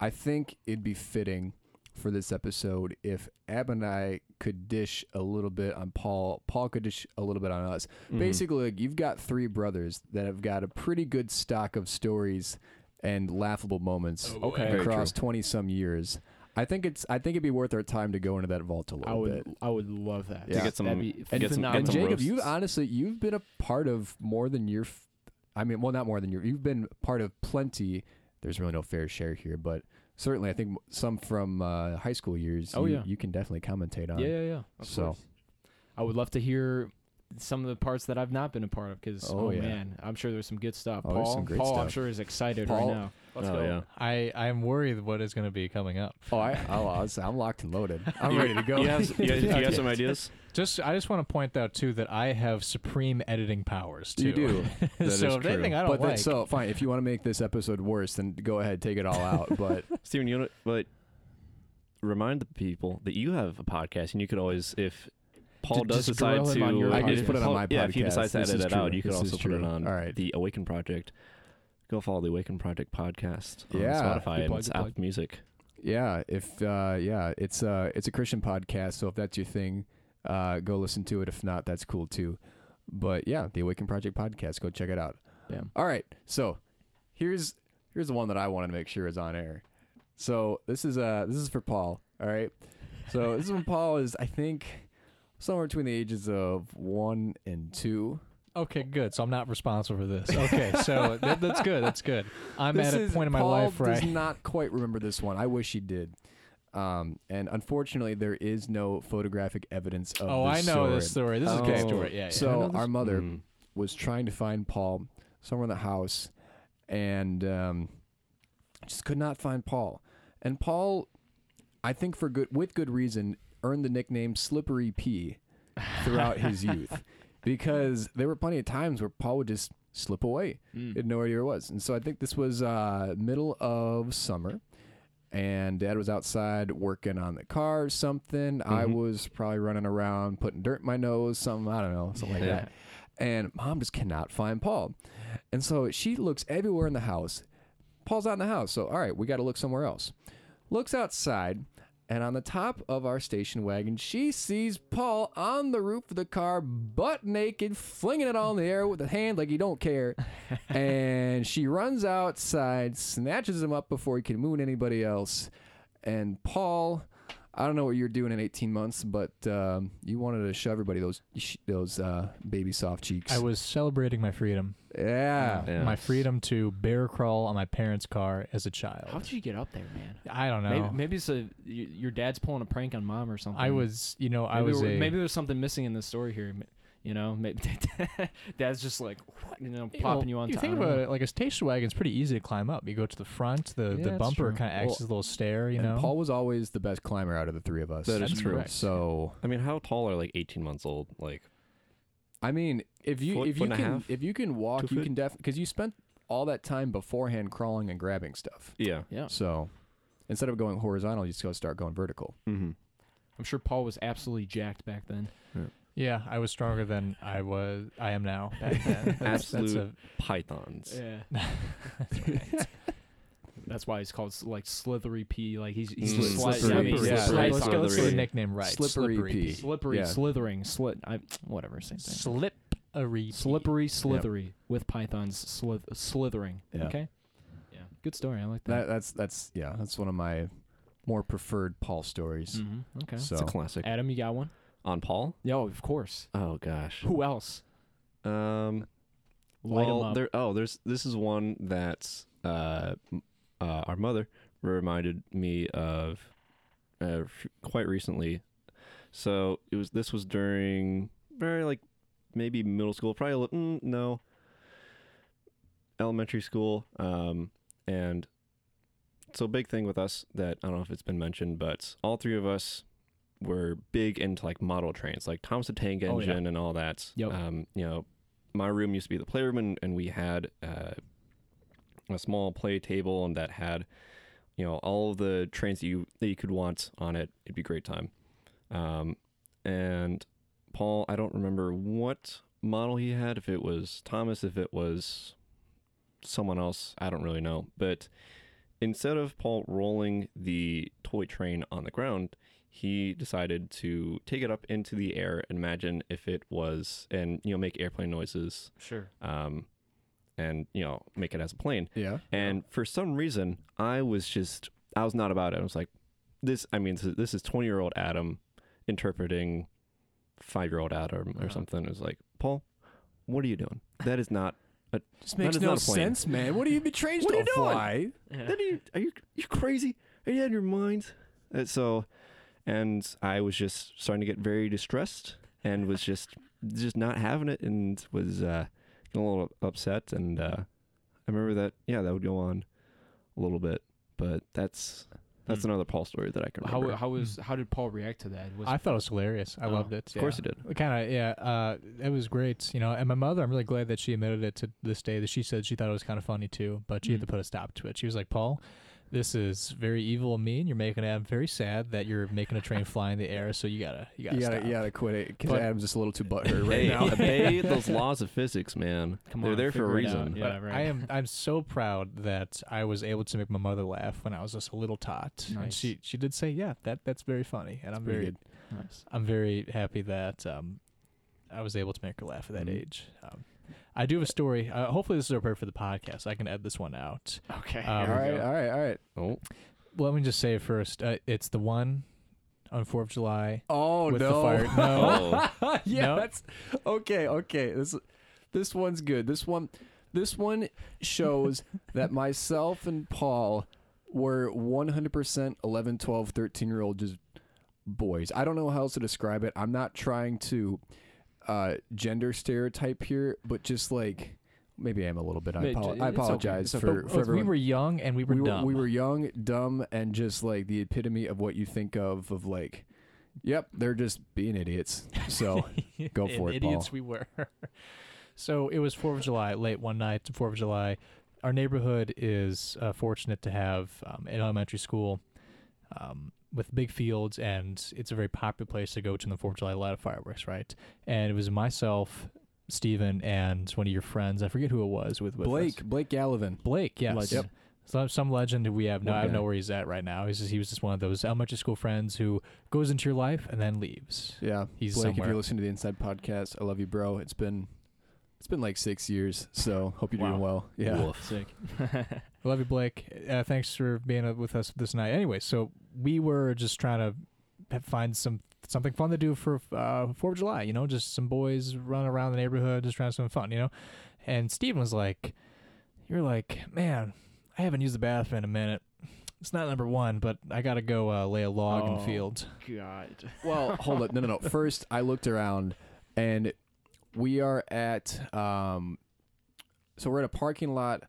I think it'd be fitting for this episode if Ab and I could dish a little bit on Paul. Paul could dish a little bit on us.
Mhm.
Basically, like, you've got three brothers that have got a pretty good stock of stories and laughable moments
Oh, boy.
Okay.
Very
across twenty some years. I think it's I think it'd be worth our time to go into that vault a little
I would
bit.
I would love that.
To Yeah.
get some-
That'd be
and get some-
And
phenomenal.
some
Jacob, you
roasts.
honestly, you've been a part of more than your, f- I mean, well, not more than your, you've been part of plenty. There's really no fair share here, but certainly I think some from uh, high school years.
Oh,
you,
yeah.
you can definitely commentate on.
yeah, yeah, yeah. Of
So.
course. I would love to hear some of the parts that I've not been a part of because
Oh,
oh,
yeah.
man, I'm sure there's some good stuff.
Oh, there's
Paul,
some great
Paul, I'm
stuff.
sure is excited
Paul-
right now.
oh yeah.
I I'm worried what is going to be coming up.
Oh, I, oh, I was- I'm locked
(laughs)
and loaded. I'm
You-
ready to go.
You have, you, you have
(laughs)
some ideas?
(laughs) Just I just want to point out too that I have supreme editing powers too. (laughs)
You do.
That is
so if
true.
anything I don't
But
like.
then, so fine. If you want to make this episode worse, then go ahead, take it all out. But
Steven, you know, but remind the people that you have a podcast, and you could always, if Paul
Ju-
does
just
decide
grill him
to,
on your
I can just
if
put it on
Paul-
my
Yeah, if he
podcast.
decides to
This
edit
is
it out,
true.
you could
This is
also put it
true.
on
All right.
the Awaken Project. Go follow the Awaken Project podcast on
Yeah.
Spotify
Good
and
plug,
it's
good plug.
Apple Music.
Yeah, if uh, yeah, it's uh, it's a Christian podcast, so if that's your thing, uh, go listen to it. If not, that's cool too. But yeah, the Awaken Project podcast, go check it out.
Bam.
All right, so here's here's the one that I wanted to make sure is on air. So this is uh this is for Paul. All right, so this is when Paul is I think somewhere between the ages of one and two.
okay, good. So I'm not responsible for this. Okay, so that, that's good. That's good. I'm
This
at a
is-
point in my
Paul
life where
does
I,
not quite remember this one. I wish he did. Um, and unfortunately, there is no photographic evidence of.
(laughs) oh, I
this
know
sort.
this story. This is a
Oh.
good story. Yeah. yeah.
So
I know
our
this-
mother
Mm.
was trying to find Paul somewhere in the house, and um, just could not find Paul. And Paul, I think for good with good reason, earned the nickname Slippery P
(laughs)
throughout his youth, because there were plenty of times where Paul would just slip away
Mm.
had no idea where it was. And so I think this was uh, middle of summer, and Dad was outside working on the car or something. I
Mhm.
was probably running around putting dirt in my nose, something I don't know, something like
Yeah.
that. And Mom just cannot find Paul, and so she looks everywhere in the house. Paul's not in the house, so all right, we got to look somewhere else. Looks outside. And on the top of our station wagon, she sees Paul on the roof of the car, butt naked, flinging it all in the air with a hand like he don't care and she runs outside, snatches him up before he can moon anybody else. And Paul, I don't know what you're doing in 18 months, but um, you wanted to show everybody those those uh, baby soft cheeks.
I was celebrating my freedom.
Ah,
yeah.
Yeah.
My freedom to bear crawl on my parents' car as a child.
How did you get up there, man?
I don't know.
Maybe, maybe it's a y- your dad's pulling a prank on mom or something.
I was, you know,
Maybe
I was
we're-
a.
maybe there's something missing in this story here. m- You know, maybe (laughs) dad's just like what? you know
Yeah,
popping
well,
you on
You
top.
think
I don't
about
know.
it, like a station wagon's pretty easy to climb up. You go to the front, the,
Yeah,
the
that's
bumper
true.
kind of acts
Well,
as a little stair, you know.
And Paul was always the best climber out of the three of us.
That is
That's
true.
correct.
So
I mean, how tall are like 18 months old? Like,
I mean, if you
Foot,
if
foot and
you
a
can
half?
if you can walk,
Two
you
foot?
can definitely because you spent all that time beforehand crawling and grabbing stuff.
yeah.
yeah,
So instead of going horizontal, you just got to start going vertical.
Mm-hmm.
I'm sure Paul was absolutely jacked back then.
yeah, I was stronger than I was. I am now. Back then. That's- that's
Absolute Pythons.
(laughs) Yeah, that's why he's called s- like Slithery P. Like he's he's
Mm.
just sli-
Slippery.
yeah, I mean,
a,
he's sli-
Slippery.
yeah,
let's
Slippery.
go- let's
let's
go-
get the
Slippery.
nickname right.
Slippery P.
Slippery,
Yeah.
slithering, slit. I whatever, same thing.
Slippery. P.
Slippery, slithery with pythons slith- slithering.
Yeah.
Okay. Yeah. Good story. I like
That
that.
that's that's yeah, that's one of my more preferred Paul
Mm,
stories.
hmm Okay.
It's a
So
classic.
Adam, you got one?
On Paul?
Yo, of course.
Oh gosh.
Who else?
Um.
Light 'em
well,
up.
there. Oh, there's. This is one that uh, m- uh, our mother reminded me of uh, f- quite recently. So it was. This was during very like maybe middle school, probably a little, mm, no elementary school. Um, and so big thing with us that I don't know if it's been mentioned, but all three of us were big into like model trains, like Thomas the Tank
Oh, yeah.
Engine and all that.
Yep.
Um, you know, my room used to be the playroom, and, and we had uh, a small play table, and that had you know all of the trains that you that you could want on it. It'd be a great time. Um, and Paul, I don't remember what model he had. If it was Thomas, if it was someone else, I don't really know. But instead of Paul rolling the toy train on the ground, he decided to take it up into the air and imagine if it was, and you know, make airplane noises,
Sure.
um, and you know, make it as a plane.
yeah.
And for some reason, I was just I was not about it. I was like, this. I mean, this is- this is twenty year old Adam interpreting five year old Adam or
Uh-huh.
something. It was like, Paul, what are you doing? That is not.
This
That
makes
is
no
not a plane.
sense, man. What do you the trains
What are you
don't
doing?
fly?
That are you are you you crazy? Are you out of your mind? And Uh, so, and I was just starting to get very distressed and (laughs) was just just not having it and was uh, getting a little upset. And uh, I remember that yeah, that would go on a little bit, but that's that's
Hmm.
another Paul story that I can remember.
How how was how did Paul react to that? Was
I thought it was hilarious. I
Oh,
loved it.
of course it did.
Kind of, yeah. Uh, it was great, you know. And my mother, I'm really glad that she admitted it to this day. That she said she thought it was kind of funny too, but she had to
Mhm.
put a stop to it. She was like, "Paul, this is very evil and mean. You're making it. I'm very sad that you're making a train fly in the air. So you gotta, you gotta,
You gotta,
stop."
you gotta quit it because
But-
Adam's just a little
(laughs)
too butthurt right
hey,
now. (laughs)
obey those laws of physics, man.
Come
They're
on,
there for a
figure it out.
reason.
Yeah,
But
right.
I am. I'm so proud that I was able to make my mother laugh when I was just a little tot. And
Nice.
she, she did say, "Yeah, that that's very funny." And I'm
Pretty
very,
good.
nice.
I'm very happy that um, I was able to make her laugh at that
Mhm.
Mm-hmm.
age. Um, I do have a story. Uh, hopefully, this is appropriate for the podcast. I can edit this one out.
Okay.
Um,
(laughs) all
There we
right, all right, all right. (laughs)
Oh,
Let me just say first, uh, it's the one on Fourth of July
Oh
with
no.
the
(laughs)
fire. No,
Oh.
yeah,
No.
that's okay. Okay, this this one's good. This one this one
(laughs)
shows that myself and Paul were 100% 11, 12, 13 year old just boys. I don't know how else to describe it. I'm not trying to uh, gender stereotype here, but just like maybe I am a little bit. I,
Mate,
apo-
it's
I
okay. It's
apologize
okay.
for,
But
for
we
everyone
were young and we were
we were,
dumb.
we were young, dumb, and just like the epitome of what you think of of like, yep, they're just being idiots.
(laughs)
So Go for
And
it,
idiots
Paul.
we were. (laughs) so it was Fourth of July, late one night. to Fourth of July. Our neighborhood is uh, fortunate to have um, an elementary school um, with big fields, and it's a very popular place to go to on the Fourth of July. A lot of fireworks, right? And it was myself, Steven, and one of your friends. I forget who it was with, with us.
Blake, Blake Gallivan.
Blake, yes.
Legend. Yep.
So some legend who we have no,
One
I don't know
guy.
where he's at right now. He's just, he was just one of those elementary school friends who goes into your life and then leaves.
Yeah,
He's
Blake. If
somewhere.
you're listening to the Inside Podcast, I love you, bro. It's been it's been like six years, so hope you're doing
Wow.
well. Yeah,
woof.
Sick. (laughs)
I love you, Blake. Uh, thanks for being up with us this night. Anyway, so we were just trying to find some something fun to do for uh, Fourth of July. You know, just some boys run around the neighborhood just trying to have some fun. You know, and Steven was like, "You're like, man, I haven't used the bathroom in a minute. It's not number one, but I gotta go uh, lay a log in the
Oh.
field."
God.
(laughs) Well, hold up. No, no, no. First, I looked around, and we are at um, so we're at a parking lot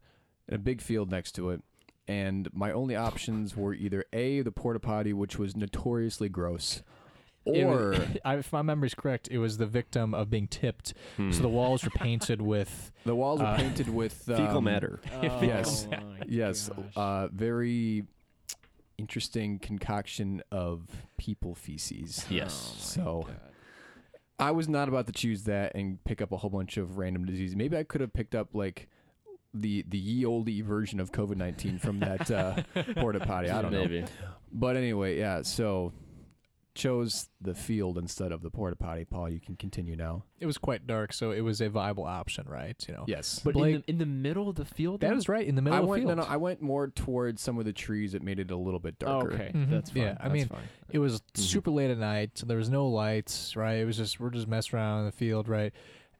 in a big field next to it, and my only options were either a the porta potty, which was notoriously gross,
It (laughs)
or
was- I, if my memory's correct, it was the victim of being tipped, so
Hmm.
Hmm.
the walls were painted
(laughs)
with
the walls were
Uh,
painted with um,
fecal matter.
Yes.
Oh my
Yes,
gosh.
uh, very interesting concoction of people feces.
Oh
Yes.
my
So-
God.
I was not about to choose that and pick up a whole bunch of random disease. Maybe I could have picked up like the the ye olde version of COVID nineteen from that
(laughs)
uh, porta potty. I don't know.
Maybe.
But anyway, yeah. So chose the field instead of the porta potty. Paul, you can continue now.
it was quite dark, so it was a viable option, right? You know,
Yes.
Oh, But
But
Blake-
in, the, in the middle of the field?
that is right in the middle
I
of the
went no,
field.
no, I went more towards some of the trees that made it a little bit
Oh,
darker.
okay.
Mhm.
That's fine.
Yeah, I mean, it
(laughs)
was
Mm-hmm.
super late at night. So there was no lights, right? It was just we're just messing around in the field, right?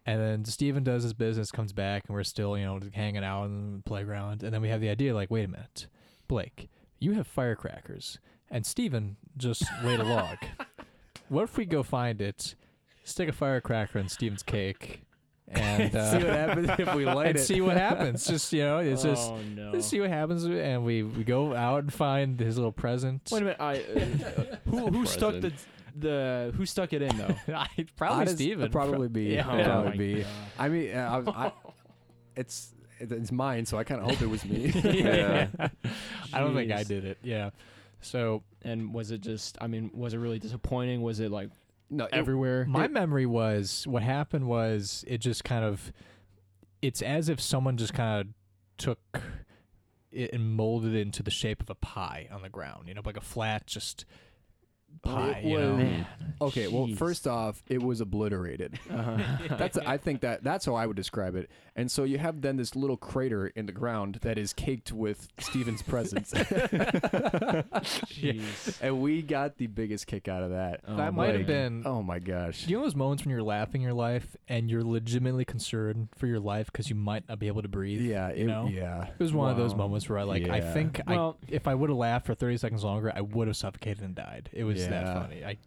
And then Steven does his business, comes back, and we're still, you know, hanging out in the playground. And then we have the idea, like, wait a minute, Blake, you have firecrackers, and Steven just laid a
(laughs)
log. What if we go find it, stick a firecracker in Steven's
(laughs)
cake, and uh, (laughs)
See what happens if we (laughs) light
and
it.
see what happens? Just you know, it's just
Oh, no.
let's see what happens. And we we go out and find his little present. (laughs)
Wait a minute. I, uh, who who stuck the, the who stuck it in though? (laughs)
I,
Honest- uh, Probably be.
Yeah.
it'd
Oh
Probably
my
be.
God.
I mean, uh, I
(laughs)
was, I, it's it's mine, so I kind of hope it was me.
(laughs)
(laughs)
Yeah.
I don't think I
Jeez.
did it. Yeah. So
And was it just? I mean, was it really disappointing? Was it like
no, it-
everywhere?
my memory was what happened was it just kind of it's as if someone just kind of took it and molded it into the shape of a pie on the ground, you know, like a flat just pie, you know.
Okay, well,
Jeez.
first off, it was
(laughs)
obliterated.
um,
Uh-huh.
(laughs)
(laughs) That's I think that that's how I would describe it. And so you have then this little crater in the ground that is caked with Steven's presence, (laughs)
Jeez.
and we got the biggest kick out of that.
Oh,
that might
my
have been
Oh my gosh!
Do Um, you know those moments when you're laughing your life and you're legitimately concerned for your life because you might not be able to breathe?
yeah, it,
you know?
yeah.
It was one of those
Wow.
moments where I like I
Yeah.
think I
Well-
if I would have laughed for 30 seconds longer, I would have suffocated and died. It was that
Yeah.
funny. I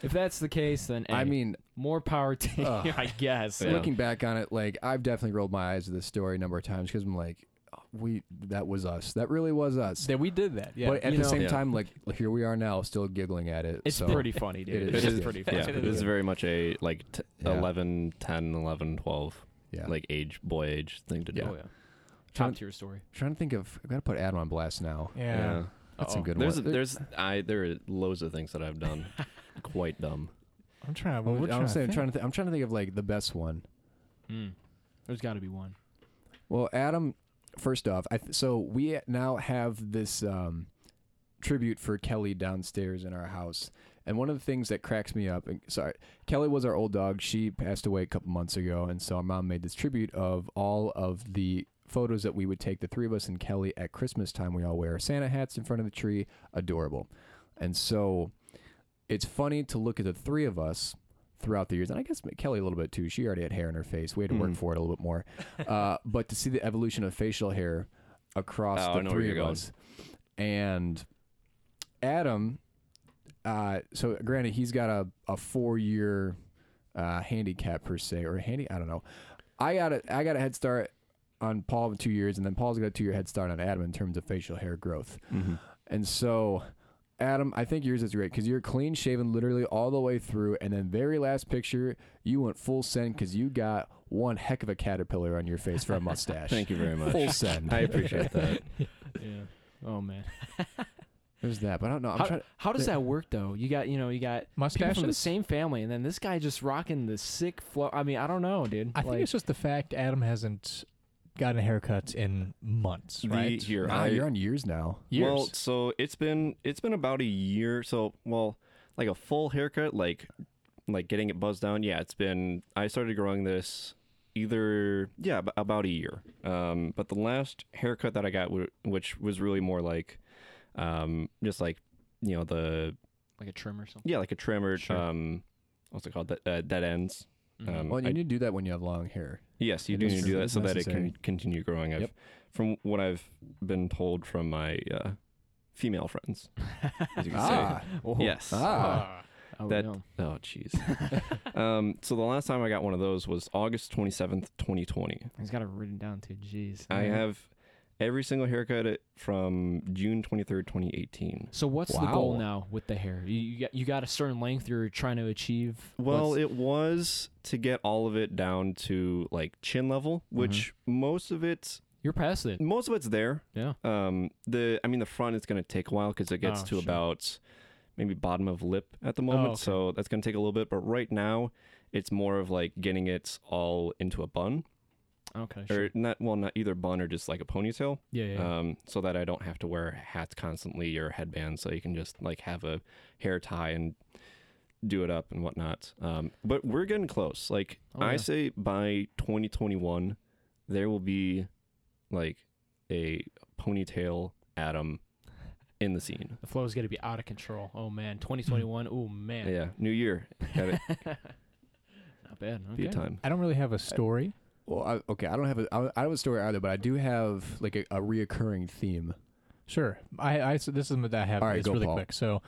If that's the case, then
I
hey,
mean,
more power to you,
Ugh.
I guess.
Yeah.
looking back on it, like I've definitely rolled my eyes at this story a number of times because I'm like, "Oh, we that was us. That really was us.
that we did that. Yeah.
But at
You
the
know-
same
Yeah.
time, like here we are now, still giggling at it.
It's
so.
pretty funny, dude.
It
It
is.
is,
It is.
pretty funny.
(laughs) Yeah, it is very much a like t-
Yeah.
11, 10, 11, 12,
Yeah.
like age, boy age thing to do.
Yeah.
Oh yeah. Top tier story.
trying to think of. I've got to put Adam on blast now.
yeah.
Yeah.
That's some
Uh-oh.
good
There's
one.
there's I there are loads of things that I've done quite dumb.
I'm trying
Well,
we're trying
honestly,
to
I'm
think.
trying to. Th- I'm trying to think of like the best one.
Mm. There's got to be (laughs) one.
Well, Adam, first off, I th- so we now have this um, tribute for Kelly downstairs in our house, and one of the things that cracks me up. And, sorry, Kelly was our old dog. She passed away a couple months ago, and so our mom made this tribute of all of the photos that we would take, the three of us and Kelly at Christmas time. We all wear our Santa hats in front of the tree. Adorable, and so it's funny to look at the three of us throughout the years, and I guess Kelly a little bit too. She already had hair in her face. We had to work
Mm.
for it a little bit more. Uh, (laughs) but to see the evolution of facial hair across
Oh, I
the
know where
three of
you're going.
us, and Adam, uh, so granted he's got a, a four year uh, handicap per se or handy I don't know. I got a I got a head start on Paul in two years, and then Paul's got a two year head start on Adam in terms of facial hair growth. And so, Adam, I think yours is great because you're clean shaven literally all the way through. And then, very last picture, you went full send because you got one heck of a caterpillar on your face for a
(laughs)
mustache.
Thank you very much.
Full send.
I appreciate that.
Yeah. Oh man.
There's that, but I don't know. I'm
How,
trying.
how does
the-
that work though? You got you know you got people from the
mustaches.
same family, and then this guy just rocking the sick flow. I mean, I don't know, dude.
I think
Like,
it's just the fact Adam hasn't gotten a haircut in months,
The-
right?
here,
Nah,
I-
you're on years now.
Years.
Well, so it's been it's been about a year. So well, like a full haircut, like like getting it buzzed down. Yeah, it's been. I started growing this either yeah ab- about a year. Um, but the last haircut that I got, w- which was really more like, um, just like you know the
like a trim or something.
Yeah, like a trimmer.
Sure.
Um, what's it called? That uh, dead ends.
Mhm. (laughs)
Um,
Well, you
I-
need to do that when you have long hair.
Yes, you
It
do
is
need to do
true.
that
It's
so that it
necessary.
can continue growing. I've,
Yep.
From what I've been told from my uh, female friends, as you can
Ah,
Oh,
say. Yes.
ah.
I would
that-
know.
Oh, jeez. (laughs) um, so the last time I got one of those was August 27th, 2020.
He's got it written down too. Jeez.
I
Yeah.
have every single haircut it- from June 23rd, 2018.
So what's the goal
Wow.
now with the hair? You you got, you got a certain length you're trying to achieve.
Well,
What's-
it was to get all of it down to like chin level, which most of it,
you're past it.
most of it's there.
Yeah.
Um, the I mean, the front is going to take a while because it gets
Oh,
to
sure.
about maybe bottom of lip at the moment,
okay.
so that's going to take a little bit. But right now, it's more of like getting it all into a bun,
Okay.
or not well, not either bun or just like a ponytail,
yeah, yeah. yeah.
um, so that I don't have to wear hats constantly or headbands. So you can just like have a hair tie and do it up and whatnot. Um, but we're getting close. Like
Oh,
I
yeah.
say, by 2021, there will be like a ponytail Adam in the scene.
the flow is going to be out of control. Oh man, 2021. Oh man.
Yeah, New Year. Got it.
(laughs) Not bad.
Be
Okay.
a time.
I don't really have a story.
Well, I, okay. I don't have a, I, I don't have a story either, but I do have like a, a reoccurring theme.
Sure. I, I so this is what I have.
All right,
it's
go,
really
Paul.
quick. So,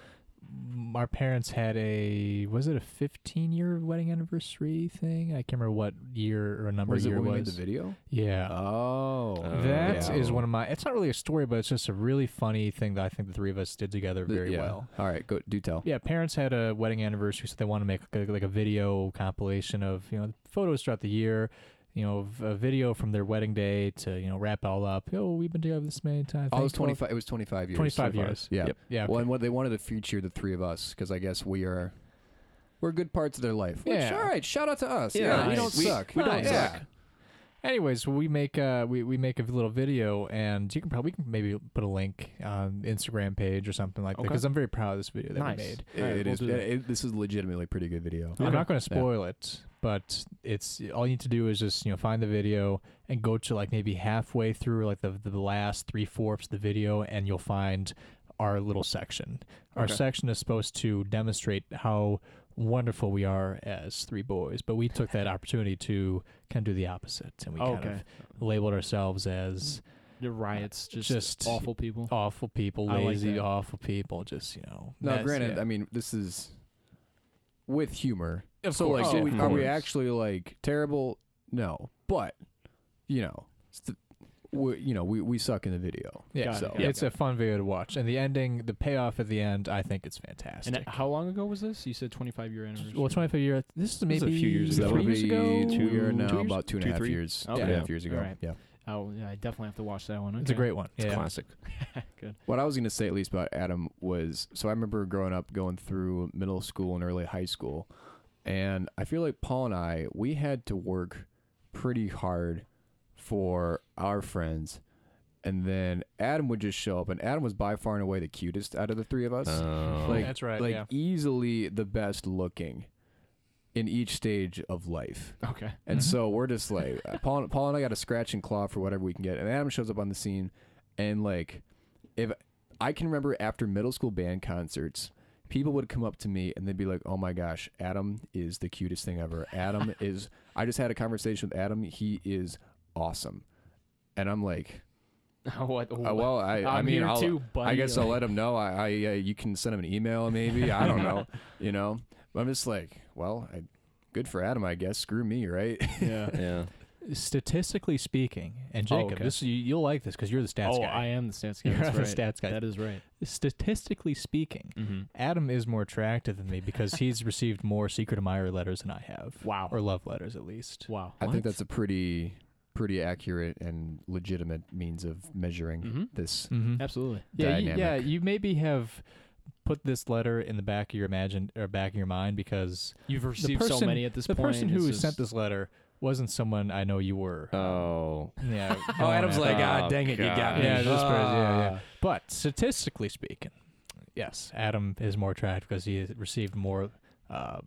m- our parents had a was it a 15 year wedding anniversary thing? I can't remember what year or number
Was it
year
when we
it
made the
was.
video?
yeah.
Oh,
Uh,
that is
yeah.
one of my. It's not really a story, but it's just a really funny thing that I think the three of us did together
Th-
very
yeah.
well.
All right, go do tell.
Yeah, parents had a wedding anniversary, so they want to make like a, like a video compilation of you know photos throughout the year, you know, v- a video from their wedding day to you know wrap it all up. Oh, we've been together this many times.
Oh, I was
Thanks, well,
twenty five. It was twenty five years.
25 years.
Yeah.
Yep.
Yeah,
Well, and what they wanted to feature the three of us because I guess we are, we're good parts of their life. Which,
Yeah.
all right. Shout out to us.
Yeah,
Yeah. We
nice.
don't
We-
suck.
we don't
Yeah.
suck. Anyways, we make uh we, we make a little video and you can probably we can maybe put a link on Instagram page or something like that
Okay.
because I'm very proud of this video that
Nice.
we made.
It,
All right,
it
we'll
is-
do that.
it- this is legitimately a pretty good video.
I'm not going to
Yeah.
spoil it, but it's all you need to do is just you know find the video and go to like maybe halfway through like the the last three fourths of the video and you'll find our little section. Our
Okay.
section is supposed to demonstrate how wonderful we are as three boys, but we took that opportunity to kind of do the opposite and we kind
Okay.
of labeled ourselves as
The riots, just,
Just-
awful people.
awful people,
I like
lazy,
that.
awful people. Just you know.
No,
mess-
granted.
yeah.
I mean, this is with humor.
Of
so
course,
like,
yeah,
do we-
of
are we
course.
actually like terrible? No, but you know, it's the, we, you know, we, we suck in the video.
yeah,
Got it,
so-
got it,
Oh, it's
got
a fun video to watch, and the ending, the payoff at the end, I think it's fantastic.
And uh, how long ago was this? You said 25 year anniversary.
well, 25 year. This is
This
maybe
is a few years
So
ago.
that
three
would
years
be
ago.
two year now,
two years-
about two and a
two,
half
three?
years, two
Okay.
and a half years ago.
Alright.
Yeah.
Oh, yeah, I definitely have to watch that one.
It's a
okay.
great one.
It's
yeah.
classic.
(laughs) Good.
What I was gonna say at least about Adam was so I remember growing up, going through middle school and early high school, and I feel like Paul and I we had to work pretty hard for our friends. And then Adam would just show up, and Adam was by far and away the cutest out of the three of us.
Um,
Like-
That's right.
like
yeah.
easily the best looking in each stage of life.
Okay. (laughs)
And
Mhm.
so we're just like uh, Paul, Paul and I got a scratch and claw for whatever we can get. And Adam shows up on the scene and like if I can remember after middle school band concerts, people would come up to me and they'd be like, "Oh my gosh, Adam is the cutest thing ever.
(laughs)
Adam is I just had a conversation with Adam. He is awesome." And I'm like,
what?
uh, "Well, I
I'm
I mean,
here
I'll,
too, buddy.
I guess I'll
(laughs)
let him know. I, I uh, you can send him an email, maybe. I
(laughs)
don't know. You know, but I'm just like, well, I, good for Adam, I guess. Screw me, right?
Yeah.
yeah.
Statistically speaking, and
Oh,
Jacob,
okay.
this you, you'll like this because you're the stats
oh, I
guy.
am the stats guy.
you're
That's
the
right.
stats guy.
That is right.
Statistically speaking,
Mm-hmm.
Adam is more attractive than me because he's received more secret admirer letters than I have.
Wow.
Or love letters, at least. (laughs)
Wow.
I think that's a pretty, pretty accurate and legitimate means of measuring
Mhm.
this.
Mm-hmm.
Absolutely.
yeah, you,
dynamic.
yeah. You maybe have put this letter in the back of your imagine or back of your mind because
You've received so
person-
many at this
the
point.
person who
it's
sent
just-
this letter wasn't someone I know you
(laughs)
were.
Oh.
yeah. no
Oh,
one
Adam's
ever-
like, ah,
Oh,
dang it, you got
God.
me.
Yeah, this person, yeah, yeah.
Ah.
But statistically speaking, yes, Adam is more attractive because he has received more uh,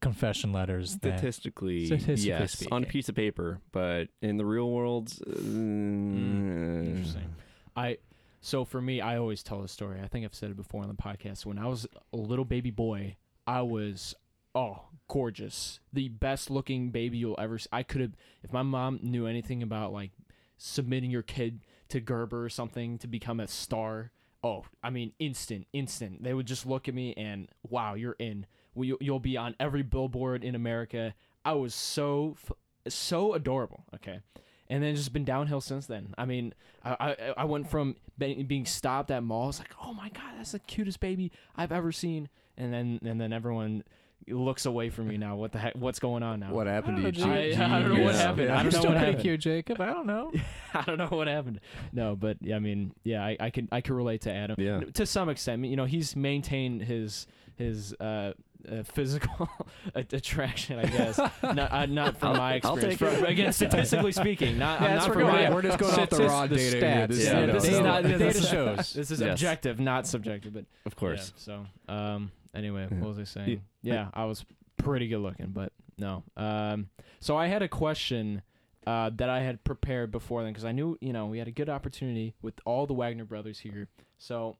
confession letters than.
Statistically,
Statistically
yes, on a
speaking.
piece of paper, but in the real world, uh,
Interesting. I So for me, I always tell the story. I think I've said it before on the podcast. When I was a little baby boy, I was oh gorgeous, the best looking baby you'll ever. See. I could have if my mom knew anything about like submitting your kid to Gerber or something to become a star. Oh, I mean, instant, instant. They would just look at me and wow, you're in. Well, you- You'll be on every billboard in America. I was so f- so adorable. Okay. And then it's just been downhill since then. I mean, I, I, I went from be- being stopped at malls like, oh my god, that's the cutest baby I've ever seen, and then and then everyone looks away from me now. What the heck? What's going on now?
What happened to you?
dude.
G-
I- I don't know
G-
what
yeah.
happened. I
You're
don't know
still
what
pretty
happened.
cute, Jacob. I don't know.
(laughs) I don't know what happened. No, but yeah, I mean, yeah, I, I can I can relate to Adam
Yeah.
to some extent. You know, he's maintained his his uh, uh, physical (laughs) a- attraction, I guess. not, uh, not from
I'll-
my
I'll
experience,
take it.
From- again, statistically speaking, not
Yeah,
I'm
that's
not
where
from
we're
my
going.
We're just going off the
Statist-
raw
the
data here.
stats.
This is
Yeah,
Yeah,
no-
this is
no-
not
Data
this is-
shows.
This is
Yes.
objective, not subjective. But
Of course.
Yeah, so, um, anyway,
Yeah.
what was I saying? Yeah, I was pretty good looking, but no. Um, so I had a question uh, that I had prepared before then because I knew you know we had a good opportunity with all the Wagner brothers here. So,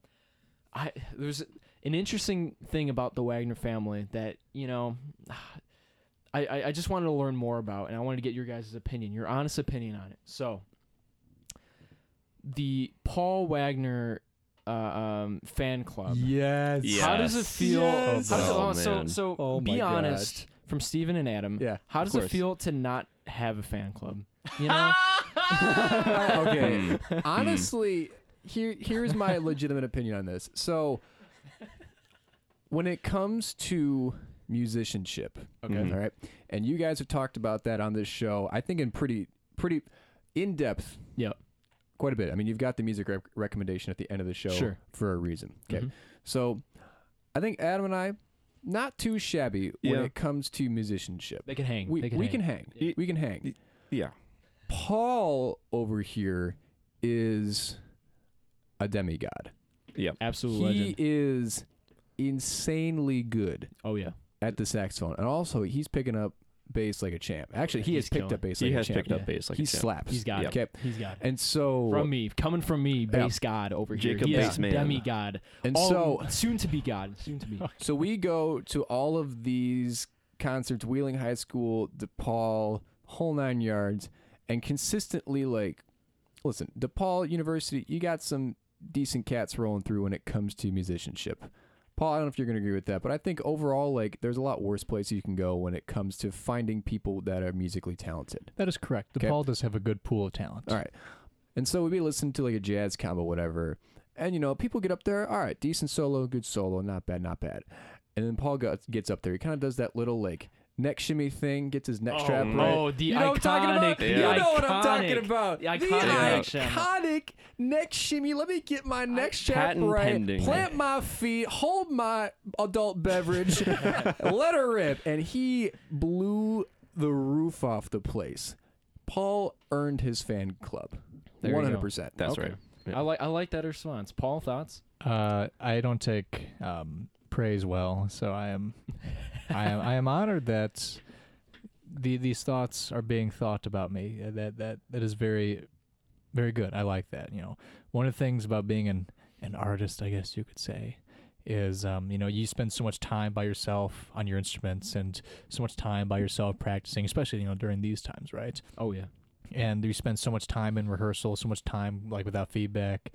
I there's an interesting thing about the Wagner family that you know. I, I, I just wanted to learn more about and I wanted to get your guys' opinion, your honest opinion on it. So the Paul Wagner uh, um, fan club.
Yes.
Yeah.
(laughs) How does it
Yes.
feel?
Yes.
how does it-
Oh,
so
man.
so
Oh, my
be
gosh.
honest from Steven and Adam.
Yeah,
How
of
does it
course.
feel to not have a fan club? (laughs) You know?
okay.
Hmm.
(laughs)
Mm.
Honestly, here here's my legitimate opinion on this. So when it comes to musicianship,
Okay.
Mm-hmm.
Mhm.
all right, and you guys have talked about that on this show, I think in pretty pretty in depth.
Yep.
Quite a bit. I mean, you've got the music rec- recommendation at the end of the show
Sure.
for a reason. Okay.
Mhm.
So I think Adam and I not too shabby when
Yeah.
it comes to musicianship.
They can hang.
We,
they can
we
hang.
can hang.
Yeah.
We can hang.
Yeah.
Paul over here is a demigod.
Absolute
He
legend.
is insanely good
Oh yeah.
at the saxophone, and also he's picking up bass like a champ. Actually, he
He's
has picked
killing
up bass
He
like
has
a champ.
picked up
Yeah.
bass like
he
a champ.
slaps.
He's got
Okay,
it. He's got it.
and so
From me, coming from me,
Yeah.
base god over here.
Jacob
He is
Bass Man.
demigod.
and
All-
so
soon to be god. Soon (laughs) to be.
So we go to all of these concerts, Wheeling High School, DePaul, whole nine yards, and consistently like, listen, DePaul University, you got some decent cats rolling through when it comes to musicianship. Paul, I don't know if you're going to agree with that, but I think overall, like, there's a lot worse places you can go when it comes to finding people that are musically talented.
That is correct. The
Okay.
Paul does have a good pool of talent.
All right. And so we'd be listening to like a jazz combo, whatever. And you know, people get up there, all right, decent solo, good solo, not bad, not bad. And then Paul go- gets up there. He kind of does that little like neck shimmy thing, gets his neck strap right.
Oh, the
you
iconic.
know what I'm talking about?
the
You
Yeah.
know what I'm talking
iconic-
about.
The
the
iconic.
iconic neck shimmy. Let me get my neck strap
patent
right,
pending.
plant my feet, hold my adult beverage, let her rip. And he blew the roof off the place. Paul earned his fan club.
There you go.
One hundred percent.
That's
Okay.
right. Yeah.
I like I like that response. Paul, thoughts?
Uh, I don't take um, praise well, so I am, I am, I am honored that the these thoughts are being thought about me. Uh, That that that is very, very good. I like that. You know, one of the things about being an an artist, I guess you could say, is um, you know you spend so much time by yourself on your instruments and so much time by yourself practicing, especially you know during these times, right?
Oh yeah.
and you spend so much time in rehearsal, so much time like without feedback,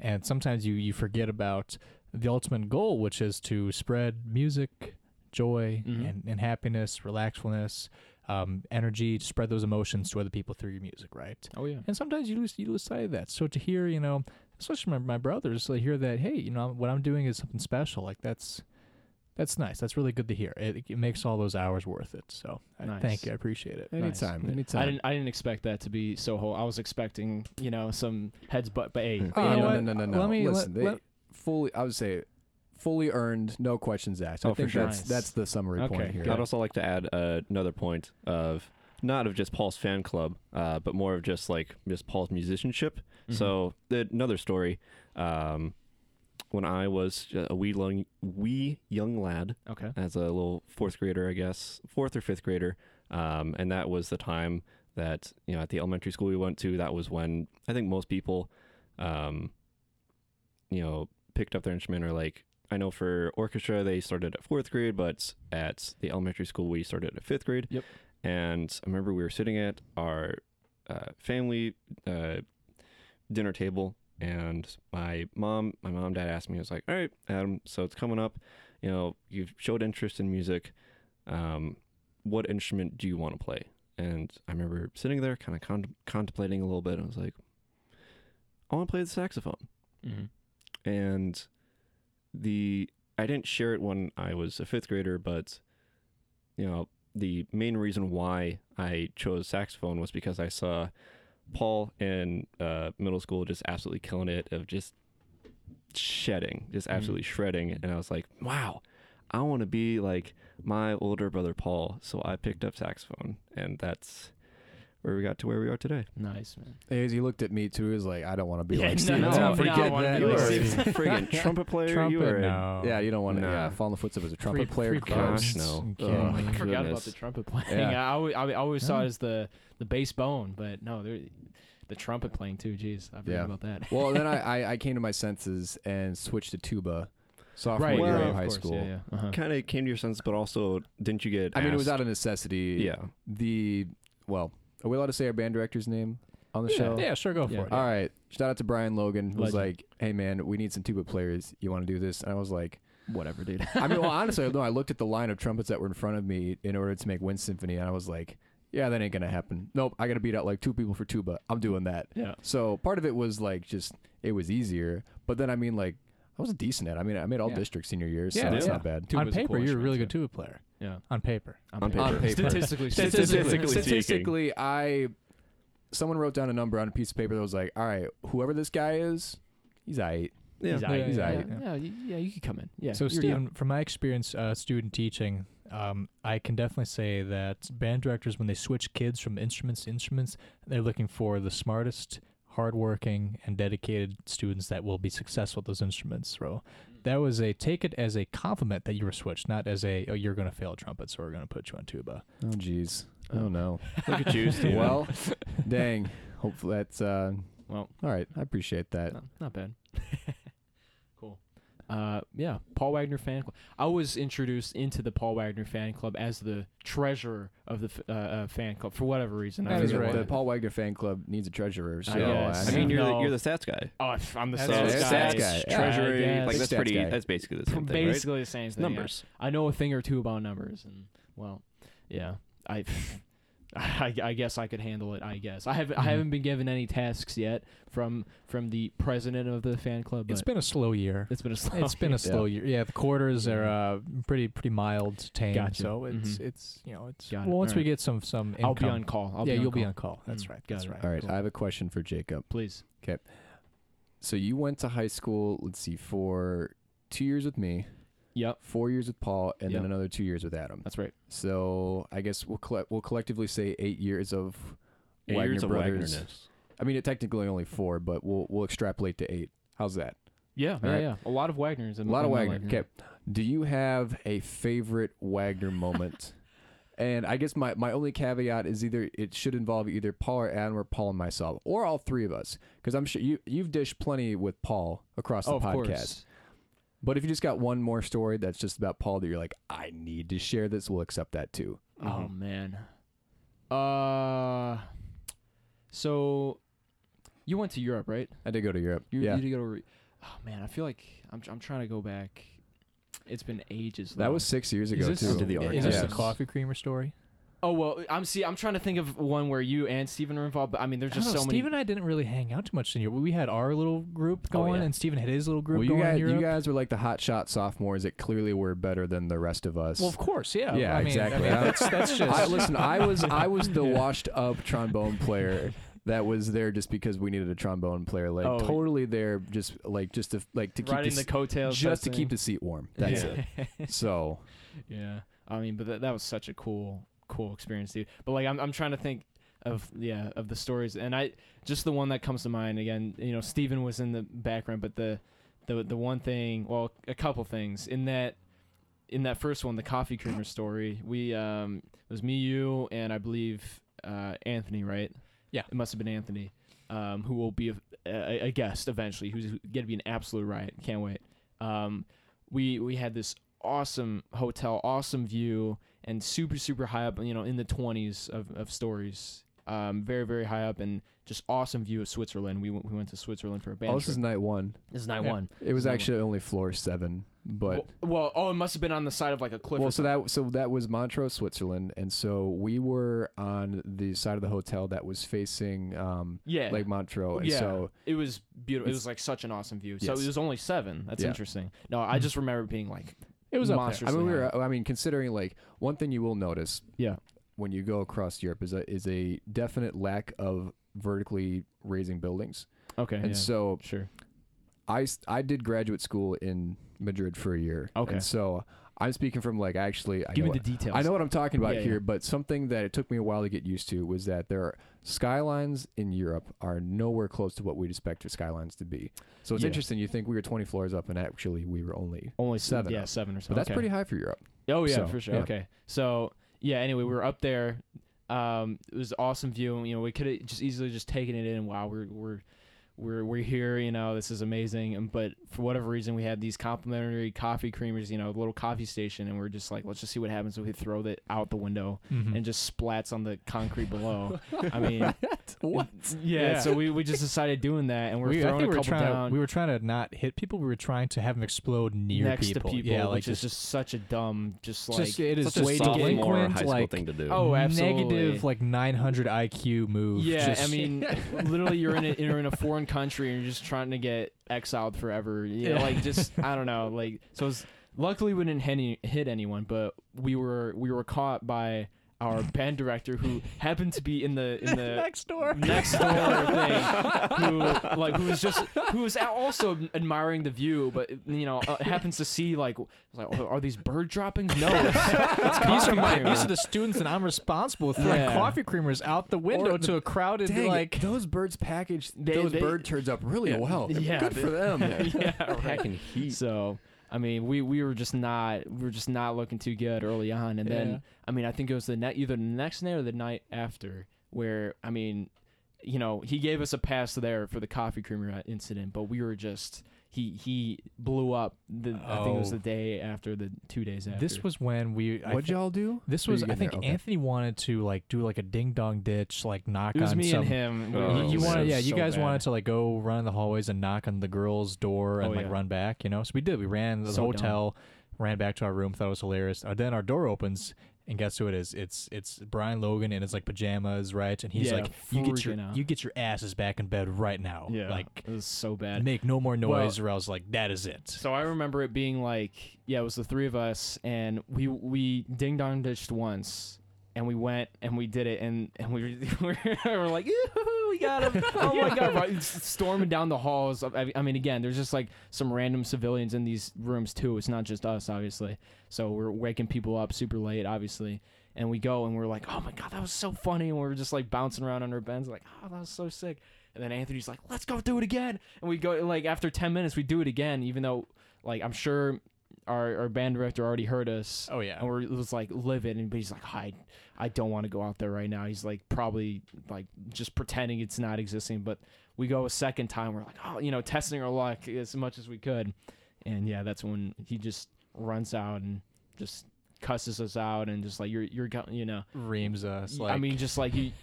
and sometimes you you forget about the ultimate goal, which is to spread music, joy,
Mhm.
and, and happiness, relaxfulness, um, energy, to spread those emotions to other people through your music, right?
Oh yeah.
And sometimes you lose you lose sight of that. So to hear, you know, especially my my brothers, to hear that, hey, you know, what I'm doing is something special. Like that's that's nice. That's really good to hear. It, it makes all those hours worth it. So I
Nice.
thank you. I appreciate it.
Anytime,
Nice.
anytime.
I didn't. I didn't expect that to be so whole. I was expecting, you know, some heads butt. But hey,
Oh,
no,
you know
no,
what?
Uh, no, no, no.
Let me-
Listen,
let-
they
let-
fully. I would say, fully earned, no questions asked. I
Oh, for
think
sure.
that's
Nice.
that's the summary
Okay,
point here.
I'd also like to add uh, another point of not of just Paul's fan club, uh, but more of just like just Paul's musicianship.
Mm-hmm.
So the, another story. Um, when I was uh, a wee young, wee young lad,
okay.
as a little fourth grader, I guess, fourth or fifth grader. Um, and that was the time that, you know, at the elementary school we went to, that was when I think most people um, you know picked up their instrument or like I know for orchestra they started at fourth grade, but at the elementary school we started at fifth grade.
Yep.
And I remember we were sitting at our uh, family uh, dinner table, and my mom, my mom, dad asked me, I was like, "All right, Adam, so it's coming up. You know, you've showed interest in music. Um, what instrument do you want to play?" And I remember sitting there, kind of con- contemplating a little bit. And I was like, "I want to play the saxophone." and the I didn't share it when I was a fifth grader, but you know the main reason why I chose saxophone was because I saw Paul in uh, middle school just absolutely killing it of just shedding, just absolutely shredding, and I was like, wow, I want to be like my older brother Paul, so I picked up saxophone, and that's where we got to where we are today.
Nice man.
As he looked at me too, he was like, "I don't want to be
Yeah,
like
no,
Steve.
no,
Tom.
no,
forget
I wanna
that.
be like
Like,
Steve.
(laughs) friggin' trumpet player, you
Trumpet,
are.
no.
Yeah, you don't want to
Nah.
yeah, fall in the footsteps of a
Free-
trumpet player.
free
Gross.
gosh,
chords.
no.
I'm
Oh,
kidding.
my
I forgot about
Goodness.
the trumpet playing. (laughs)
Yeah.
I always, I always saw
Yeah.
it as the the bass bone, but no, there- the trumpet playing too. Jeez, I forgot
Yeah.
about that.
well,
(laughs)
then I, I I came to my senses and switched to tuba. Sophomore
right,
year
yeah,
of
of
high
course,
school.
Yeah, yeah. Uh-huh.
kind of came to your senses, but also didn't you get?
I mean, it was
asked-
out of necessity.
yeah.
The well, are we allowed to say our band director's name on the
Yeah,
show?
yeah, sure, go
Yeah.
for it.
All right. Shout out to Brian Logan, who was
Legend.
like, "Hey man, we need some tuba players. You want to do this?" And I was like,
Whatever, dude.
"I mean, well,
(laughs)
honestly, no. I looked at the line of trumpets that were in front of me in order to make Wind Symphony, and I was like, "Yeah, that ain't gonna happen. Nope, I gotta beat out like two people for tuba. I'm doing that."
yeah.
So part of it was like just it was easier, but then I mean like I was decent at. I mean, I made all
Yeah.
district senior year, so
Yeah,
that's
yeah.
not bad.
On paper, you're a really good tuba player.
Yeah.
On paper.
On paper.
On paper.
Statistically,
Statistically
speaking.
speaking.
statistically, I someone wrote down a number on a piece of paper that was like, "All right, whoever this guy is, he's eight.
Yeah.
He's out.
He's
yeah,
aight.
yeah, you- yeah, you could come in. Yeah.
So,
you're
Stephen,
young.
from my experience, uh, student teaching, um, I can definitely say that band directors, when they switch kids from instruments to instruments, they're looking for the smartest, hardworking, and dedicated students that will be successful at those instruments. So, that was a take it as a compliment that you were switched, not as a oh you're going to fail at trumpet, so we're going to put you on tuba.
Oh, jeez.
(laughs)
Oh no.
Look at you, Steven.
Well, (laughs) dang. Hopefully that's uh,
Well.
All right, I appreciate that.
No, not bad. (laughs) cool. Uh, yeah, Paul Wagner fan club. I was introduced into the Paul Wagner fan club as the treasurer of the f- uh, uh, fan club for whatever reason. I
That
I
don't
is
mean,
know
right.
The
why.
Paul Wagner fan club needs a treasurer. So uh,
I guess.
I mean, you're the,
No.
you're the stats guy.
Oh, if I'm the
So
That's
sales guy.
it. Stats guy. Yeah,
treasury,
I
like
guess.
that's
Stats
pretty.
guy.
That's basically the same thing, right?
basically the same thing. yeah.
Numbers.
I know a thing or two about numbers, and well, yeah, I, (laughs) I, I guess I could handle it. I guess I have not I
Mhm.
haven't been given any tasks yet from from the president of the fan club. But
It's been a slow year.
it's been a
(laughs)
slow
It's been a
(laughs) year.
slow year. Yeah, the quarters are uh, pretty pretty mild, tame.
Mm-hmm. Gotcha.
So it's
Mhm.
it's you know it's
Got it.
well, once we
Alright.
get some some income,
I'll be on call. I'll
yeah,
be on
you'll
call.
be on call. That's
Mm,
right.
got
That's
it.
right.
All right,
Cool.
I have a question for Jacob.
Please.
So you went to high school, let's see, for 2 years with me,
Yep.
4 years with Paul, and then
Yep.
another 2 years with Adam.
That's right.
So, I guess we'll colle- we'll collectively say 8 years of
Eight
Wagner
years of
Brothers.
Wagnerness.
I mean, it technically only 4, but we'll we'll extrapolate to 8. How's that?
Yeah. Yeah.
right.
Yeah. A lot of Wagner's.
A lot of Wagner. Okay. Do you have a favorite Wagner moment? and I guess my, my only caveat is either it should involve either Paul or Adam or Paul and myself or all three of us because I'm sure you you've dished plenty with Paul across the
Oh, of
podcast.
course.
But if you just got one more story that's just about Paul that you're like I need to share this, we'll accept that too.
Mm-hmm.
Oh
Mm-hmm.
man. Uh. So, you went to Europe, right?
I did go to Europe.
You,
yeah,
you go to. Re- oh man, I feel like I'm I'm trying to go back. It's been ages.
that
though.
was six years
Is
ago
this-
too.
Into the
Is this
Yeah.
the coffee creamer story?
Oh well, I'm see. I'm trying to think of one where you and Steven are involved. But I mean, there's just so
Steve
many.
and I didn't really hang out too much in Europe. We had our little group
Oh,
going,
yeah.
and Steven had his little group
Well, you
going
guys,
in Europe.
you guys were like the hot shot sophomores that clearly were better than the rest of us.
well, of course, yeah.
Yeah,
I mean,
exactly.
I mean, that's,
(laughs)
that's just.
I, listen, I
(laughs)
was I was the washed up trombone player that was there just because we needed a trombone player. Like
Oh.
totally there, just like just to like to keep
riding
the,
the coattails
just to
type
keep
thing.
the seat warm.
(laughs)
That's
yeah.
it. So
yeah, I mean, but that, that was such a cool, cool experience, dude. But like, I'm I'm trying to think of yeah of the stories, and I just the one that comes to mind again. You know, Steven was in the background, but the the the one thing, well, a couple things in that in that first one, the coffee creamer story. We um it was me, you, and I believe uh Anthony, right?
Yeah.
it must have been Anthony, um, who will be a, a, a guest eventually who's going to be an absolute riot. Can't wait. Um, we we had this awesome hotel, awesome view, and super super high up. You know, in the twenties of, of stories. Um, very very high up and just awesome view of Switzerland. We went we went to Switzerland for a band
Oh, this
trip.
is night one.
this is night
Yeah.
one.
It was
Night one.
actually only floor seven, but
well, well, oh, it must have been on the side of like a cliff.
Well,
or
so
something.
that so that was Montrose, Switzerland, and so we were on the side of the hotel that was facing um,
yeah,
Lake Montrose, and
Eh. yeah,
so
it was beautiful. It
It's-
was like such an awesome view. So
Yes.
it was only seven. That's
Yeah. Mm.
interesting. No, I just remember being like,
It was up
Monster-
there.
I mean, we
Seriously
were, I mean, considering like one thing you will notice,
Yeah.
when you go across Europe is a is a definite lack of vertically raising buildings,
okay,
and
yeah,
so
sure,
I s- I did graduate school in Madrid for a year,
Okay.
and so I'm speaking from like actually I
give
know
me the details.
I know what I'm talking about
Yeah,
here,
yeah.
but something that it took me a while to get used to was that there are skylines in Europe are nowhere close to what we'd expect for skylines to be. So it's
Yeah.
interesting. You think we were 20 floors up, and actually we were only.
only
seven
Yeah,
up.
seven or so.
But that's
okay.
pretty high for Europe.
Oh yeah,
So,
for sure.
yeah.
Okay. So yeah. Anyway, we were up there. Um, it was an awesome view. and, You know, we could have just easily just taken it in. Wow, we're we're we're we're here. You know, this is amazing. And but for whatever reason, we had these complimentary coffee creamers. You know, little coffee station, and we're just like, let's just see what happens. So we throw that out the window
Mhm.
(laughs) and just splats on the concrete below.
(laughs)
I mean,
What?
yeah,
Yeah.
So we, we just decided doing that, and we're
we, I
throwing
think
a
we were
couple
trying
down
to we were trying to not hit people. We were trying to have them explode near
next
people.
to people,
yeah, like
which is just such a dumb, just like
just it is
Such a
way
sophomore high
delinquent,
school
like
thing to (laughs) do.
Oh, absolutely.
negative like 900 IQ move.
Yeah, I
Just-
mean,
(laughs)
literally, you're in a, you're in a foreign country and you're just trying to get exiled forever. You know,
Yeah. (laughs)
like just I don't know, like so. It's, luckily, we didn't hit, any, hit anyone, but we were we were caught by
(laughs)
our band director who happened to be in the in the
next door.
(laughs) next door thing who like who was just who was a- also admiring the view but you know uh, happens to see like like "Oh, are these bird droppings no it's,
(laughs)
it's
These are, my,
coffee
these are the students that I'm responsible with throwing
Yeah.
coffee creamers out the window
Or the-
to a crowded
Dang,
like.
those birds package
They-
those
they-
bird turds up really well.
Yeah,
Good
they-
for
(laughs)
them.
creamer." (laughs) yeah right.
Packing heat.
So I mean, we, we were just not we were just not looking too good early on, and then
Yeah.
I mean, I think it was the night either the next night or the night after where I mean, you know, he gave us a pass there for the coffee creamer incident, but we were just he he blew up. The, I think it was
Oh.
the day after the two days after.
This was when we. I
What'd
thi-
y'all do?
This
Or
was
you
I
getting
think
there? Okay.
Anthony wanted to like do like a ding dong ditch, like knock
it was
on
me
some.
and him. We
Oh,
were
You, you
just
man.
wanted, yeah.
so
You guys
bad.
wanted to like go run in the hallways and knock on the girl's door and
Oh,
like
yeah.
run back, you know. So we did. We ran to the
So dumb.
hotel, ran back to our room, thought it was hilarious. Uh, then our door opens, and guess who it is? It's it's Brian Logan in his like pajamas, right? And he's
Yeah,
like, "You get your
freaking out.
you get your asses back in bed right now.
Yeah,
Like,
it was so bad.
make no more
Well-
noise, or else like that is it."
So I remember it being like, yeah, it was the three of us, and we we ding dong ditched once, and we went and we did it, and and we (laughs) were, we were like, "Yoo-hoo, we got him! (laughs) Oh my god! Right, s- Storming down the halls. of- I I mean, again, there's just like some random civilians in these rooms too. It's not just us, obviously. So we're waking people up super late, obviously. And we go and we're like, oh my god, that was so funny. And we were just like bouncing around on our bends, like, oh, that was so sick. And then Anthony's like, let's go do it again. And we go like after ten minutes, we do it again, even though like I'm sure our, our band director already heard us.
oh yeah.
And we're, it was like livid, and but he's like, "I, I don't want to go out there right now." He's like, probably like just pretending it's not existing. But we go a second time, we're like, "Oh, you know, testing our luck as much as we could," and yeah, that's when he just runs out and just cusses us out, and just like, "You're, you're, go- you know,
Reams us.
Y-
Like,
I mean, just like he,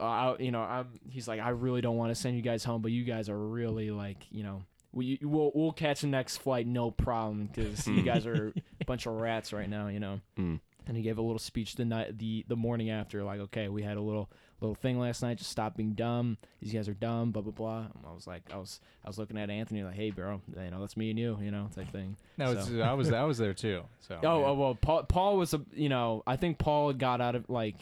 I, you know, I'm, he's like, I really don't want to send you guys home, but you guys are really like, you know, we you- we'll we'll catch the next flight, no problem, because you guys are a bunch of rats right now, you know.
Mm.
And he gave a little speech the night, the the morning after, like, okay, we had a little little thing last night, just stop being dumb. These guys are dumb, blah blah blah. And I was like, I was I was looking at Anthony like, hey, bro, you know, that's me and you, you know, type thing.
no, it's, I was I was there too. So
(laughs) Oh,
yeah.
oh well, Paul Paul was a, you know, I think Paul got out of like.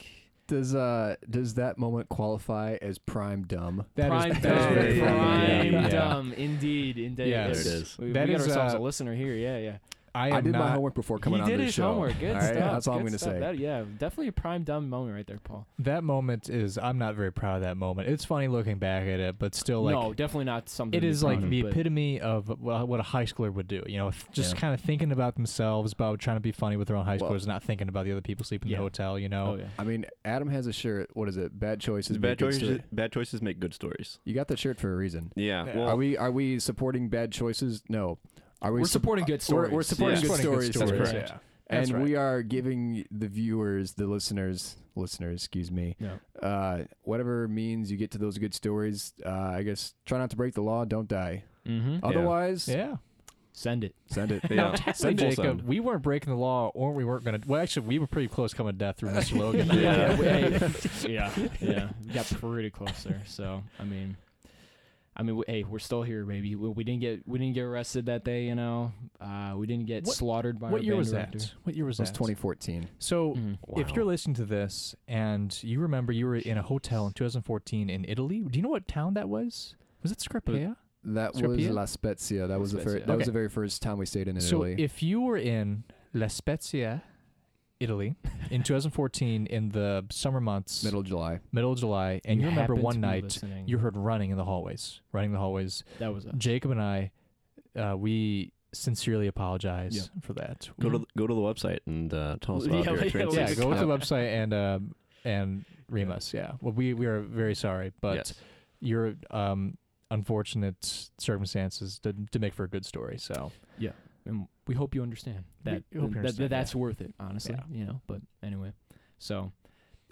Does uh does that moment qualify as prime dumb?
That is-
prime
that is
dumb,
very
dumb.
prime
Yeah, yeah.
dumb, indeed, indeed.
Yeah,
there it is.
We,
That
we got
is,
ourselves
uh,
a listener here. Yeah, yeah.
I, am
I did
not,
my homework before coming
he
on
did
this
his
show.
homework. Good
All right,
stuff.
That's all I'm
good
going to
stuff.
say.
That- yeah, definitely a prime dumb moment right there, Paul.
That moment is I'm not very proud of that moment. It's funny looking back at it, but still like
no, definitely not something.
it
to be
is
proud
like
of,
the
but-
epitome of well, what a high schooler would do. You know, th- just
Yeah.
kind of thinking about themselves, about trying to be funny with their own high
Well-
schoolers, not thinking about the other people sleeping in
Yeah.
the hotel. You know,
Oh yeah.
I mean, Adam has a shirt. What is it? Bad choices.
bad
make good
choices.
story-
Bad choices make good stories.
You got that shirt for a reason.
Yeah.
Yeah.
Are
Well,
we are we supporting bad choices? No. Are we
We're
sup-
supporting good
We're, we're
stories.
supporting
Yeah.
good
Supporting
stories.
good
That's
stories.
correct.
Yeah.
and
That's right.
we are giving the viewers, the listeners, listeners, excuse me,
Yeah.
uh, whatever means you get to those good stories. Uh, I guess try not to break the law. Don't die.
Mm-hmm.
Oh.
Otherwise,
yeah.
Send
(laughs)
it.
send it.
Yeah.
Hey,
Full
Jacob,
send.
we weren't breaking the law, or we weren't gonna. Well, actually, we were pretty close coming to death through Mr. Logan. (laughs)
yeah, hey, yeah, yeah. We Got pretty close there. So I mean, I mean, we, hey, we're still here, baby. We, we didn't get we didn't get arrested that day, you know. Uh, we didn't get
What-
slaughtered by.
What
our
year
band
was
director.
that? What year was
It was
that?
2014.
So,
Mhm.
if you're listening to this and you remember you were in a hotel in 2014 in Italy, do you know what town that was? Was it Scarpia?
That was
Scorpio?
La Spezia. That was the first.
Spezia.
That was
Okay.
the very first time we stayed in
So,
Italy.
if you were in La Spezia, Italy, in 2014 in the summer months,
Middle of July.
middle of July, and you, remember
happen to
one
be
night
listening.
you heard running in the hallways, running the hallways.
that was us.
Jacob and I, uh, we sincerely apologize for that.
go to the, go to the website and uh, tell us
Yeah,
about your
yeah,
experiences.
Mm-hmm. yeah, go to
Yeah.
the website and um, and Remus. Yeah, well, we we are very sorry, but
Yes.
your um unfortunate circumstances to, to make for a good story. So
and we hope you understand
We-
that,
we hope you
that-
understand,
that that's
yeah.
worth it honestly
Yeah.
you know but anyway so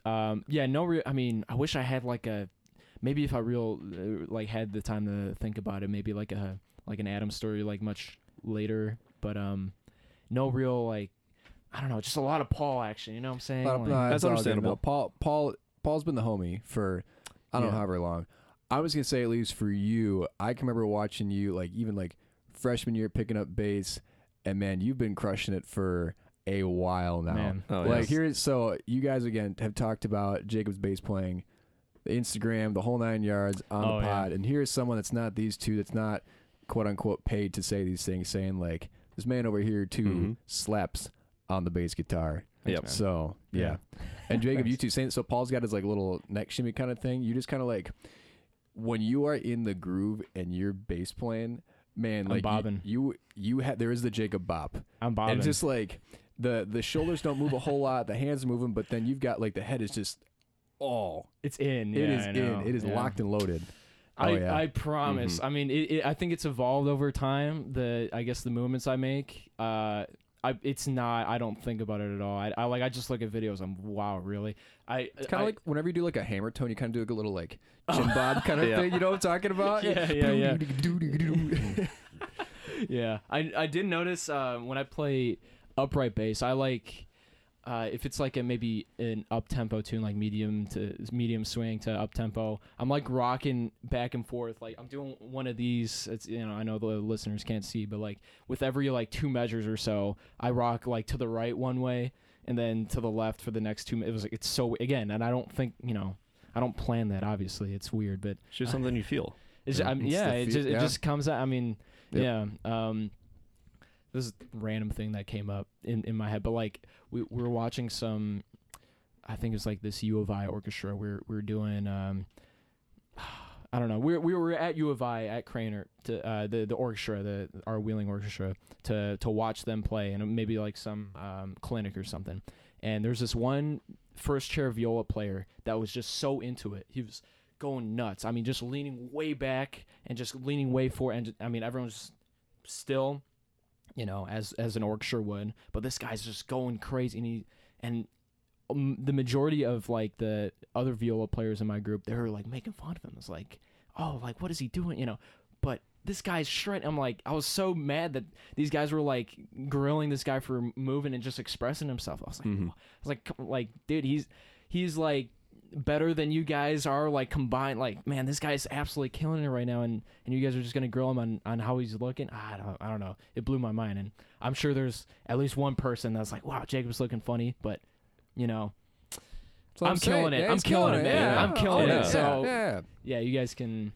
um yeah no re- i mean i wish i had like a maybe if i real uh, like had the time to think about it maybe like a like an adam story like much later but um no real like i don't know just a lot of paul action you know what i'm saying
But,
Like,
uh, it's all good,
understandable.
though. Paul Paul Paul's been the homie for I don't know
Yeah.
however long. I was gonna say at least for you, I can remember watching you like even like freshman year picking up bass, and man, you've been crushing it for a while now.
man,
Oh,
like
yes.
here is so you guys again have talked about Jacob's bass playing, the Instagram, the whole nine yards on
Oh,
the
yeah.
pod, and here's someone that's not these two, that's not quote unquote paid to say these things, saying like this man over here too
Mhm.
slaps on the bass guitar.
Yep.
man.
So yeah.
Yeah.
(laughs)
And Jacob, you
Thanks.
two saying so Paul's got his like little neck shimmy kind of thing. You just kind of like when you are in the groove and you're bass playing, man,
I'm
like you-
bobbing.
you you had there is the Jacob bop.
i'm
And
bobbing
it's just like the the shoulders don't move a whole lot, the hands are moving, but then you've got like the head is just all
it's in
it
yeah,
is
I
in,
know,
it is
yeah.
locked and loaded.
I,
Oh, yeah. Mm-hmm.
I promise.
Mhm.
I mean, it, it, I think it's evolved over time. The I guess the movements I make. Uh, I it's not. I don't think about it at all. I, I like. I just look at videos. I'm wow, really. I
It's kind of like whenever you do like a hammer tone, you kind of do like a
(laughs)
little like Jim Bob kind of
Yeah.
thing. You know what I'm talking about?
Yeah, yeah, yeah.
(laughs) yeah.
yeah. I I did notice uh, when I play upright bass, I like. Uh, if it's like a maybe an up tempo tune, like medium to medium swing to up tempo, I'm like rocking back and forth. Like I'm doing one of these. It's you know I know the listeners can't see, but like with every like two measures or so, I rock like to the right one way and then to the left for the next two. It was like it's so again, and I don't think you know I don't plan that. Obviously, it's weird, but
It's just something you feel.
it's,
Yeah.
I mean,
It's
yeah,
the
it
fe-
just
yeah.
it just comes out. I mean,
Yep.
yeah. Um, this is a random thing that came up in, in my head, but like we, we were watching some, I think it's like this U of I orchestra. We are we were doing um, (sighs) I don't know. We we were at U of I at Craner to uh, the the orchestra, the our Wheeling Orchestra to to watch them play and maybe like some um, clinic or something. And there's this one first chair viola player that was just so into it. He was going nuts. I mean, just leaning way back and just leaning way forward. And I mean, everyone's just still, you know, as as an orchestra would. But this guy's just going crazy, and he and um, the majority of like the other viola players in my group, they were like making fun of him. It's like, oh, like what is he doing? You know, but. This guy's shredding. I'm like, I was so mad that these guys were like grilling this guy for moving and just expressing himself. I was like,
Mhm.
I was like, come- like, dude, he's he's like better than you guys are like combined like man this guy's absolutely killing it right now and and you guys are just gonna grill him on on how he's looking i don't i don't know it blew my mind and i'm sure there's at least one person that's like wow jacob's looking funny but you know I'm killing it. I'm killing it, man.
I'm killing it.
So
So- yeah you guys can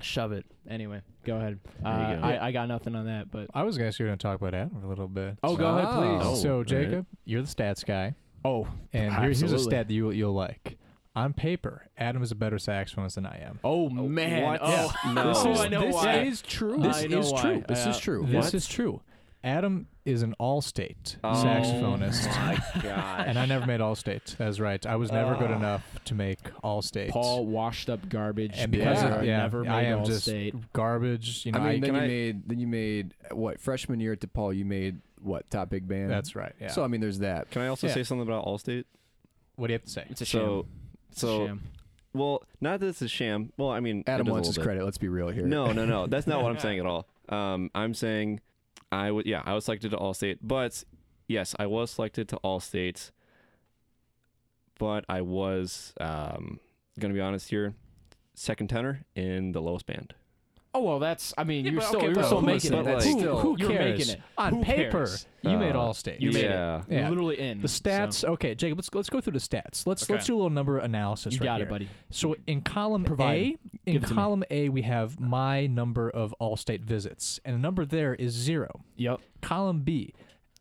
Shove it. Anyway, go ahead.
There you
Uh,
go.
I, I got nothing on that, but
I was actually going to talk about Adam a little bit.
oh, go ahead, please.
Oh,
so
right.
Jacob, you're the stats guy.
Oh,
And here- here's a
Absolutely.
stat that you you'll like. On paper, Adam is a better saxophonist than I am.
oh man.
What?
Oh, (laughs)
No.
This is- I know
this
why.
is true.
I
This
know
is
why.
true.
This is
Uh,
true.
This
What?
is true. Adam is an all-state
Oh
saxophonist,
(laughs)
My God.
(laughs)
and I never made all-state. That's right. I was never good
Ah.
enough to make all-state.
Paul washed up garbage.
and because
Yeah.
of,
I
yeah,
never made
I am
all
just
state.
garbage. You know,
I mean, then
can
you
I-
made then you made what freshman year at DePaul you made what top big band.
that's right. Yeah.
So I mean, there's that.
Can I also
Yeah.
say something about Allstate?
what do you have to say?
It's a
so,
shame. It's a
so
sham.
well, not that it's a sham. Well, I mean,
Adam
it is a
wants his
little bit.
credit. Let's be real here.
No, no,
(laughs)
no. That's not what I'm saying at all. Um, I'm saying I would. Yeah, I was selected to all state, but yes, I was selected to all state. But I was um, gonna be honest here, second tenor in the lowest band.
Oh well, that's. I mean,
Yeah,
you're
but
still
okay,
you're
but-
still
but
making it.
listen, that's
who,
still-
who
Who
You're making
cares?
it
On
Who
paper,
cares?
you made
Uh,
all-state.
You made it.
yeah.
Yeah.
Literally in
The stats,
Mm, So.
okay, Jacob. Let's let's go through the stats. Let's
Okay.
let's do a little number analysis.
You
right
got
here.
it, buddy.
So in column
Provide
A,
it.
in
Give it to me.
column A, we have my number of Allstate visits, and the number there is zero.
Yep.
Column B,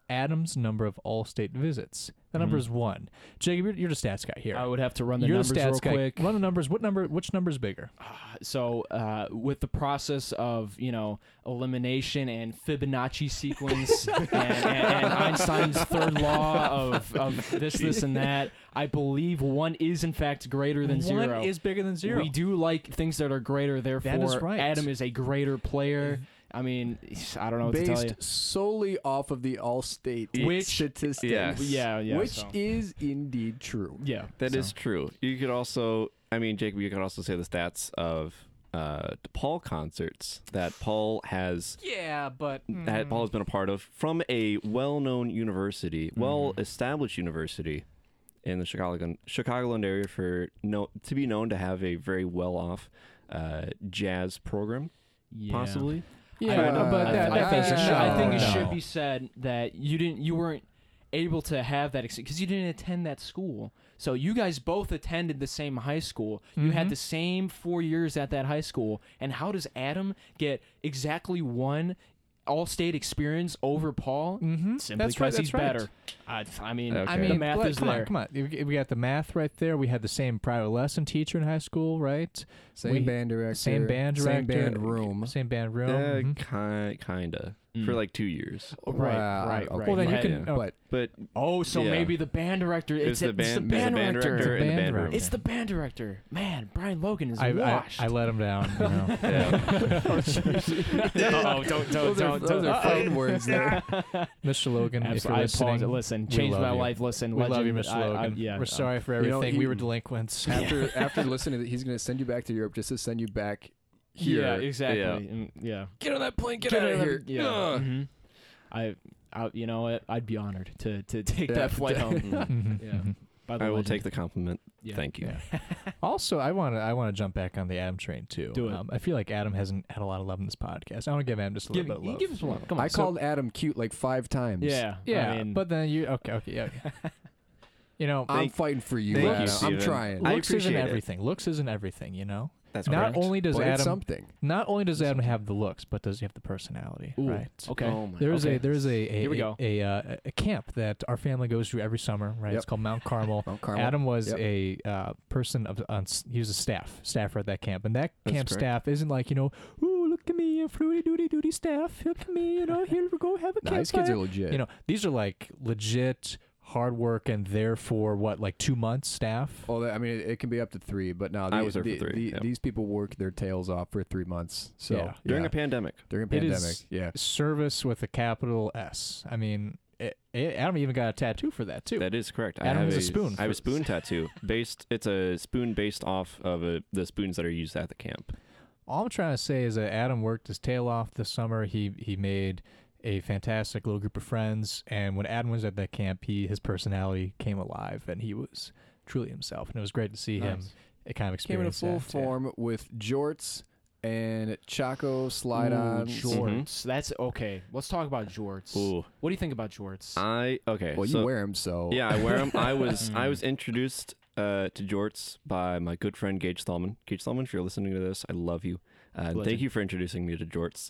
Adam's number of Allstate visits. The number
Mhm.
is one. Jacob, you're, you're the stats guy here.
I would have to run the
you're
numbers
the
real
stats guy.
quick.
Run the numbers. What number? Which number is bigger?
(sighs) So, uh, with the process of you know elimination and Fibonacci (laughs) sequence and, and, and Einstein's third law of, of this, this, and that, I believe one is in fact greater than zero.
One is bigger than zero.
We do like things that are greater. Therefore,
is right.
Adam is a greater player. I mean, I don't know what to tell you.
Based solely off of the all-state
Which-
statistics,
yes.
Yeah, yeah.
which
so-
is indeed true.
yeah,
That is
so.
true. You could also, I mean, Jacob, you could also say the stats of uh, DePaul concerts that Paul has
yeah, but
Hmm.
that Paul has been a part of from a well-known
Hmm.
university, well-established university in the Chicago Chicagoland area for no to be known to have a very well-off uh, jazz program,
Yeah.
possibly.
Yeah,
I-
no, but
I-
that-
I,
that
think, it
doesn't
should, I
show,
think it
no.
should be said that you didn't, you weren't able to have that because you didn't attend that school. So you guys both attended the same high school. You had the same four years at that high school. And how does Adam get exactly one all-state experience over Paul?
Mhm.
Simply
That's right,
because he's
that's right.
better. I, I mean,
Okay.
I
the
mean,
the math
like,
is
come
there.
on, come on. We we got the math right there. We had the same private lesson teacher in high school, right?
Same
We-
band director.
Same band director. uh,
Same band room.
Same band room.
Uh,
mhm.
ki- kinda for
mm-hmm. Mm.
like two years,
Right,
Well,
right,
okay.
right.
Well, then you
Yeah.
can. oh,
But
but
Oh, so
Yeah.
maybe the band director.
it
It's,
was the band, it was
band, director.
It's a
and the
band
band
director.
room.
It's the band director. Man, Brian Logan is
I, I,
washed.
I
(laughs)
let him down. You know. (laughs) Oh,
oh, don't, don't,
those are,
uh,
don't,
those
don't. (laughs)
are fun words there.
Mr. Logan, if you're
Absolutely. I paused it.
listening,
Listen,
we
changed
love
my
you.
life. Listen,
we love you, Mr.
legend. I- I-
Logan.
yeah,
We're
uh,
sorry for
You know,
everything. we
he-
were
(laughs)
delinquents. (laughs)
after after listening to that, he's going to send you back to Europe just to send you back here.
Yeah, exactly. Mm, Yeah.
Get on that plane. Get,
out of here. Yeah. Mhm. I, I, you know what? I'd be honored to to take
Yeah.
that
(laughs)
flight home.
Mm.
Mhm,
Yeah.
mhm.
By the
I will
legend.
take the compliment.
(laughs) Yeah.
Thank you.
Yeah. Also, I want to I want to jump back on the Adam train too.
Do it.
Um, I feel like Adam hasn't had a lot of love in this podcast. I want to give Adam just a
Give,
little bit of
you
love.
give us one. Come on.
I
so-
called Adam cute like five times.
Yeah.
yeah,
I mean,
but then you okay? Okay, yeah. okay.
(laughs)
you know,
I'm
Thank-
fighting for you.
thank you,
Adam. I'm
Steven.
trying.
I
looks isn't
appreciate it.
everything. Looks isn't everything. You know,
That's
not
correct.
only does
But it's
Adam
something.
not only does Adam have the looks, but does he have the personality?
Ooh,
Right.
okay.
Oh my-
There is
Okay.
a there is a a,
Here we go.
a, uh, a camp that our family goes to every summer. Right. It's
Yep.
called Mount Carmel.
Mount Carmel.
Adam was
Yep.
a uh, person of on, s- he was a staff staffer at that camp, and that
That's
camp
correct.
staff isn't like you know, ooh look at me, fruity doody doody staff, look at me, you know, here we go have a
Nah, these
campfire.
kids are legit.
You know, these are like legit hard work and there for what like two months staff.
Well, I mean, it, it can be up to three, but no,
I
the-
was there for
the-
three,
the-
yeah.
These people work their tails off for three months. So
Yeah.
during
yeah,
a pandemic.
during a
It
pandemic,
is-
yeah,
Service with a capital S. I mean, it, it, Adam even got a tattoo for that too.
That is correct. I
Adam
have
has a spoon
I have
for-
a spoon tattoo based. It's a spoon based off of a, the spoons that are used at the camp.
All I'm trying to say is that Adam worked his tail off this summer. He he made a fantastic little group of friends, and when Adam was at that camp, he his personality came alive, and he was truly himself, and it was great to see him.
Nice.
It kind of
came in a
experience
full
that, yeah.
form with jorts and Chaco slide
Ooh,
on.
jorts.
Mm-hmm.
That's okay. Let's talk about jorts.
Ooh,
What do you think about jorts?
I okay.
Well, you
so,
wear them, so
Yeah, I wear them.
(laughs)
(laughs)
I was
Hmm.
I was introduced uh, to jorts by my good friend Gage Stallman. Gage Stallman, if you're listening to this, I love you. Uh, and
Legend.
thank you for introducing me to jorts.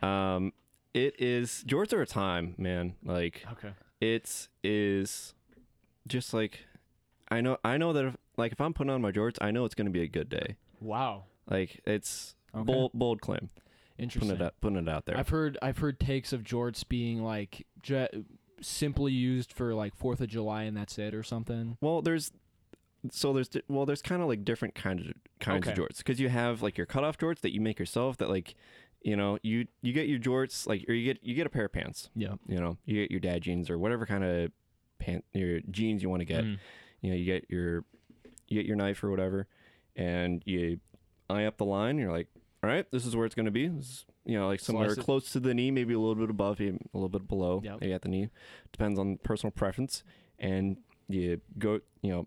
Um, it is jorts are a time, man. Like
Okay.
it is just like I know I know that if, like if I'm putting on my jorts, I know it's going to be a good day.
Wow.
Like it's
Okay.
bold bold claim.
Interesting.
Putting it out putting it out there.
I've heard I've heard takes of jorts being like ju- simply used for like Fourth of July and that's it or something.
Well, there's so there's di- well there's kind of like different kinds of kinds of
Okay.
jorts because you have like your cutoff jorts that you make yourself that like you know you you get your jorts like or you get you get a pair of pants
Yeah.
you know you get your dad jeans or whatever kind of pant your jeans you want to get
Hmm.
you know you get your you get your knife or whatever and you eye up the line you're like all right this is where it's going to be This is, you know like somewhere
Slice it.
close to the knee maybe a little bit above maybe a little bit below
Yep.
maybe at the knee depends on personal preference and you go you know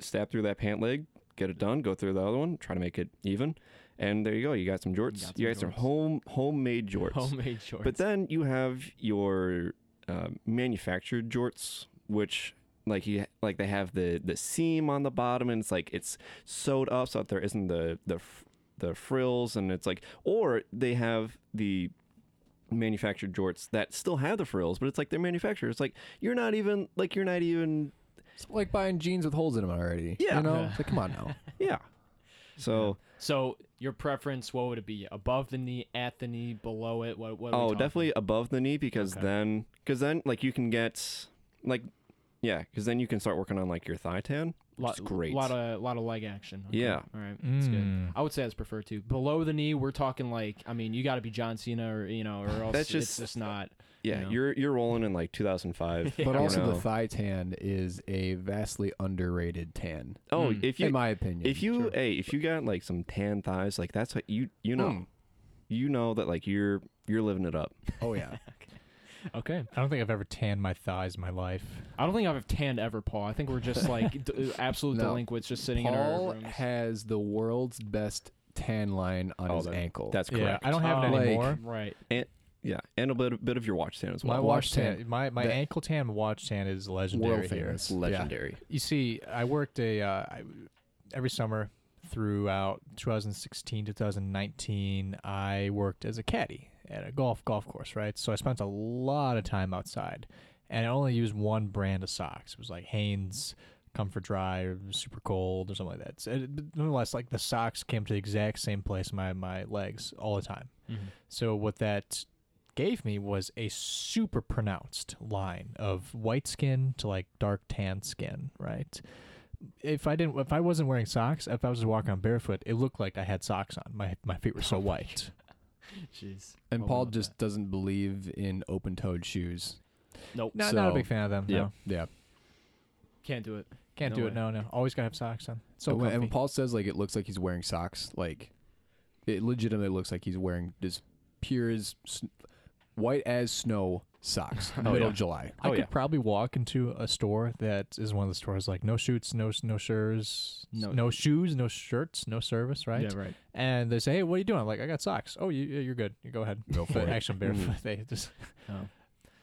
stab through that pant leg get it done go through the other one try to make it even and there you go you got some jorts you got
got
some,
some jorts.
home homemade
(laughs)
jorts
Homemade jorts.
but then you have your um manufactured jorts, which like you like they have the the seam on the bottom, and it's like it's sewed up so that there isn't the the fr- the frills, and it's like or they have the manufactured jorts that still have the frills, but it's like they're manufactured. It's like you're not even like you're not even
It's like buying jeans with holes in them already.
Yeah.
You know? It's like, come on now.
yeah. So oh,
so your preference, what would it be? Above the knee, at the knee, below it? What? what are we
oh,
talking?
definitely above the knee because
Okay.
then because then like you can get like yeah because then you can start working on like your thigh tan.
Lot,
It's great.
Lot of lot of leg action. Okay.
Yeah.
All right. That's good.
Mm.
I would say that's preferred to below the knee. We're talking like I mean you got to be John Cena or you
(laughs)
know or else
That's
it's
just-
just not.
Yeah,
you know?
you're you're rolling in like (laughs) 2005.
But
you
also,
know.
the thigh tan is a vastly underrated tan,
oh,
Mm.
if
in
you
my opinion.
if you (laughs)
Sure.
hey if you got like some tan thighs, like that's what you you know
Mm.
you know that like you're you're living it up.
Oh, yeah.
Okay.
I don't think I've ever tanned my thighs in my life.
I don't think I've tanned ever, Paul. I think we're just like
(laughs)
d- uh, absolute
No.
delinquents just sitting
Paul
in our rooms.
has the world's best tan line on
Oh,
his
that-
ankle.
That's
Yeah,
correct.
I don't have
Oh.
it
Like,
anymore.
right.
yeah, and a bit bit of your watch tan as
my
well.
watch
watch
tan,
tan-
my my
the-
ankle tan watch tan is legendary
world
here.
famous.
It's legendary.
You see, I worked a uh, I, every summer throughout 2016 2019. I worked as a caddy at a golf golf course, right? So I spent a lot of time outside, and I only used one brand of socks. It was like Hanes Comfort Dry or Super Cold or something like that. So it, but nonetheless, like the socks came to the exact same place in my my legs all the time. So what that gave me was a super pronounced line of white skin to like dark tan skin, right? If I didn't if I wasn't wearing socks, if I was walking on barefoot, it looked like I had socks on. My my feet were so white.
Jeez.
and
Well, we
Paul
Oh, love
just doesn't believe in open toed shoes.
Nope.
Not, not a
So-
big fan of them.
Yeah.
No.
Yeah.
Can't do it.
Can't
No
do
way.
it. No, no. Always got to have socks on. It's So
and, when, Oh, and
comfy.
when Paul says like it looks like he's wearing socks, like it legitimately looks like he's wearing just pure as sn- white as snow socks. middle
yeah.
of July.
I
(laughs) Oh,
could
yeah.
probably walk into a store that is one of the stores like no shoots, no no shirts,
No-
no, shoes, no shirts, no service, right?
Yeah, right.
and they say, "Hey, what are you doing?" I'm like, "I got socks." "Oh, you, yeah, you're good. You go ahead." (laughs)
Go for
but
it.
actually, I'm barefoot. they just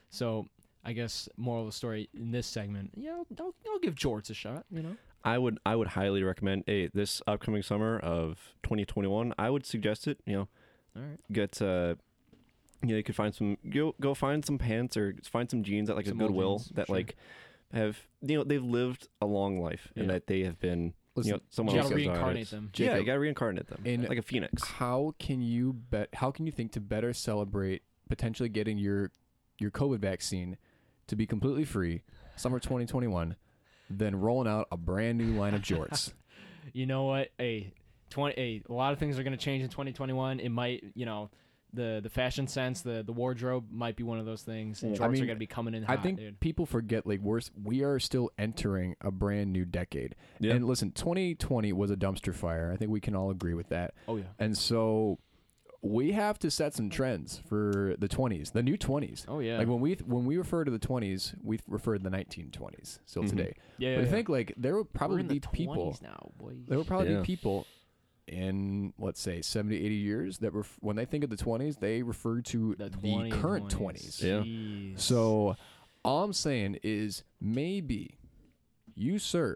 So I guess moral of the story in this segment, yeah, I'll, I'll, I'll give Jorts a shot. You know,
I would I would highly recommend hey this upcoming summer of 2021. I would suggest it. You know,
all right.
get uh, you know you could find some go go find some pants or find some jeans at like
Some
a
old
Goodwill
jeans,
that
sure.
like have you know they've lived a long life and
Yeah.
that they have been
Listen,
you know someone
you
else
gotta
has
reincarnate
already-
them.
Yeah, you
Jacob.
gotta reincarnate them
In-
like a phoenix.
how can you bet? How can you think to better celebrate potentially getting your your COVID vaccine to be completely free summer 2021 than rolling out a brand new line
(laughs)
of jorts?
You know what? Hey, twenty. Hey, a lot of things are gonna change in 2021. It might, you know, the the fashion sense, the the wardrobe might be one of those things. And
Yeah.
Jorts
I
are
mean,
gonna be coming in
I
hot,
think
dude.
people forget like we're s- we are still entering a brand new decade.
Yeah.
And listen, 2020 was a dumpster fire. I think we can all agree with that.
Oh yeah.
And so we have to set some trends for the 20s, the new 20s.
Oh yeah.
Like when we when we refer to the 20s, we refer to the 1920s still
Mm-hmm.
Mhm.
today.
yeah.
but
yeah,
I think like there would
yeah. We're
probably
in the
be people
20s now, boy.
there would probably
Yeah.
be people in let's say 70 80 years that ref- when they think of the 20s they refer to the,
20s,
current 20s.
Yeah.
Jeez.
So all I'm saying is maybe you, sir,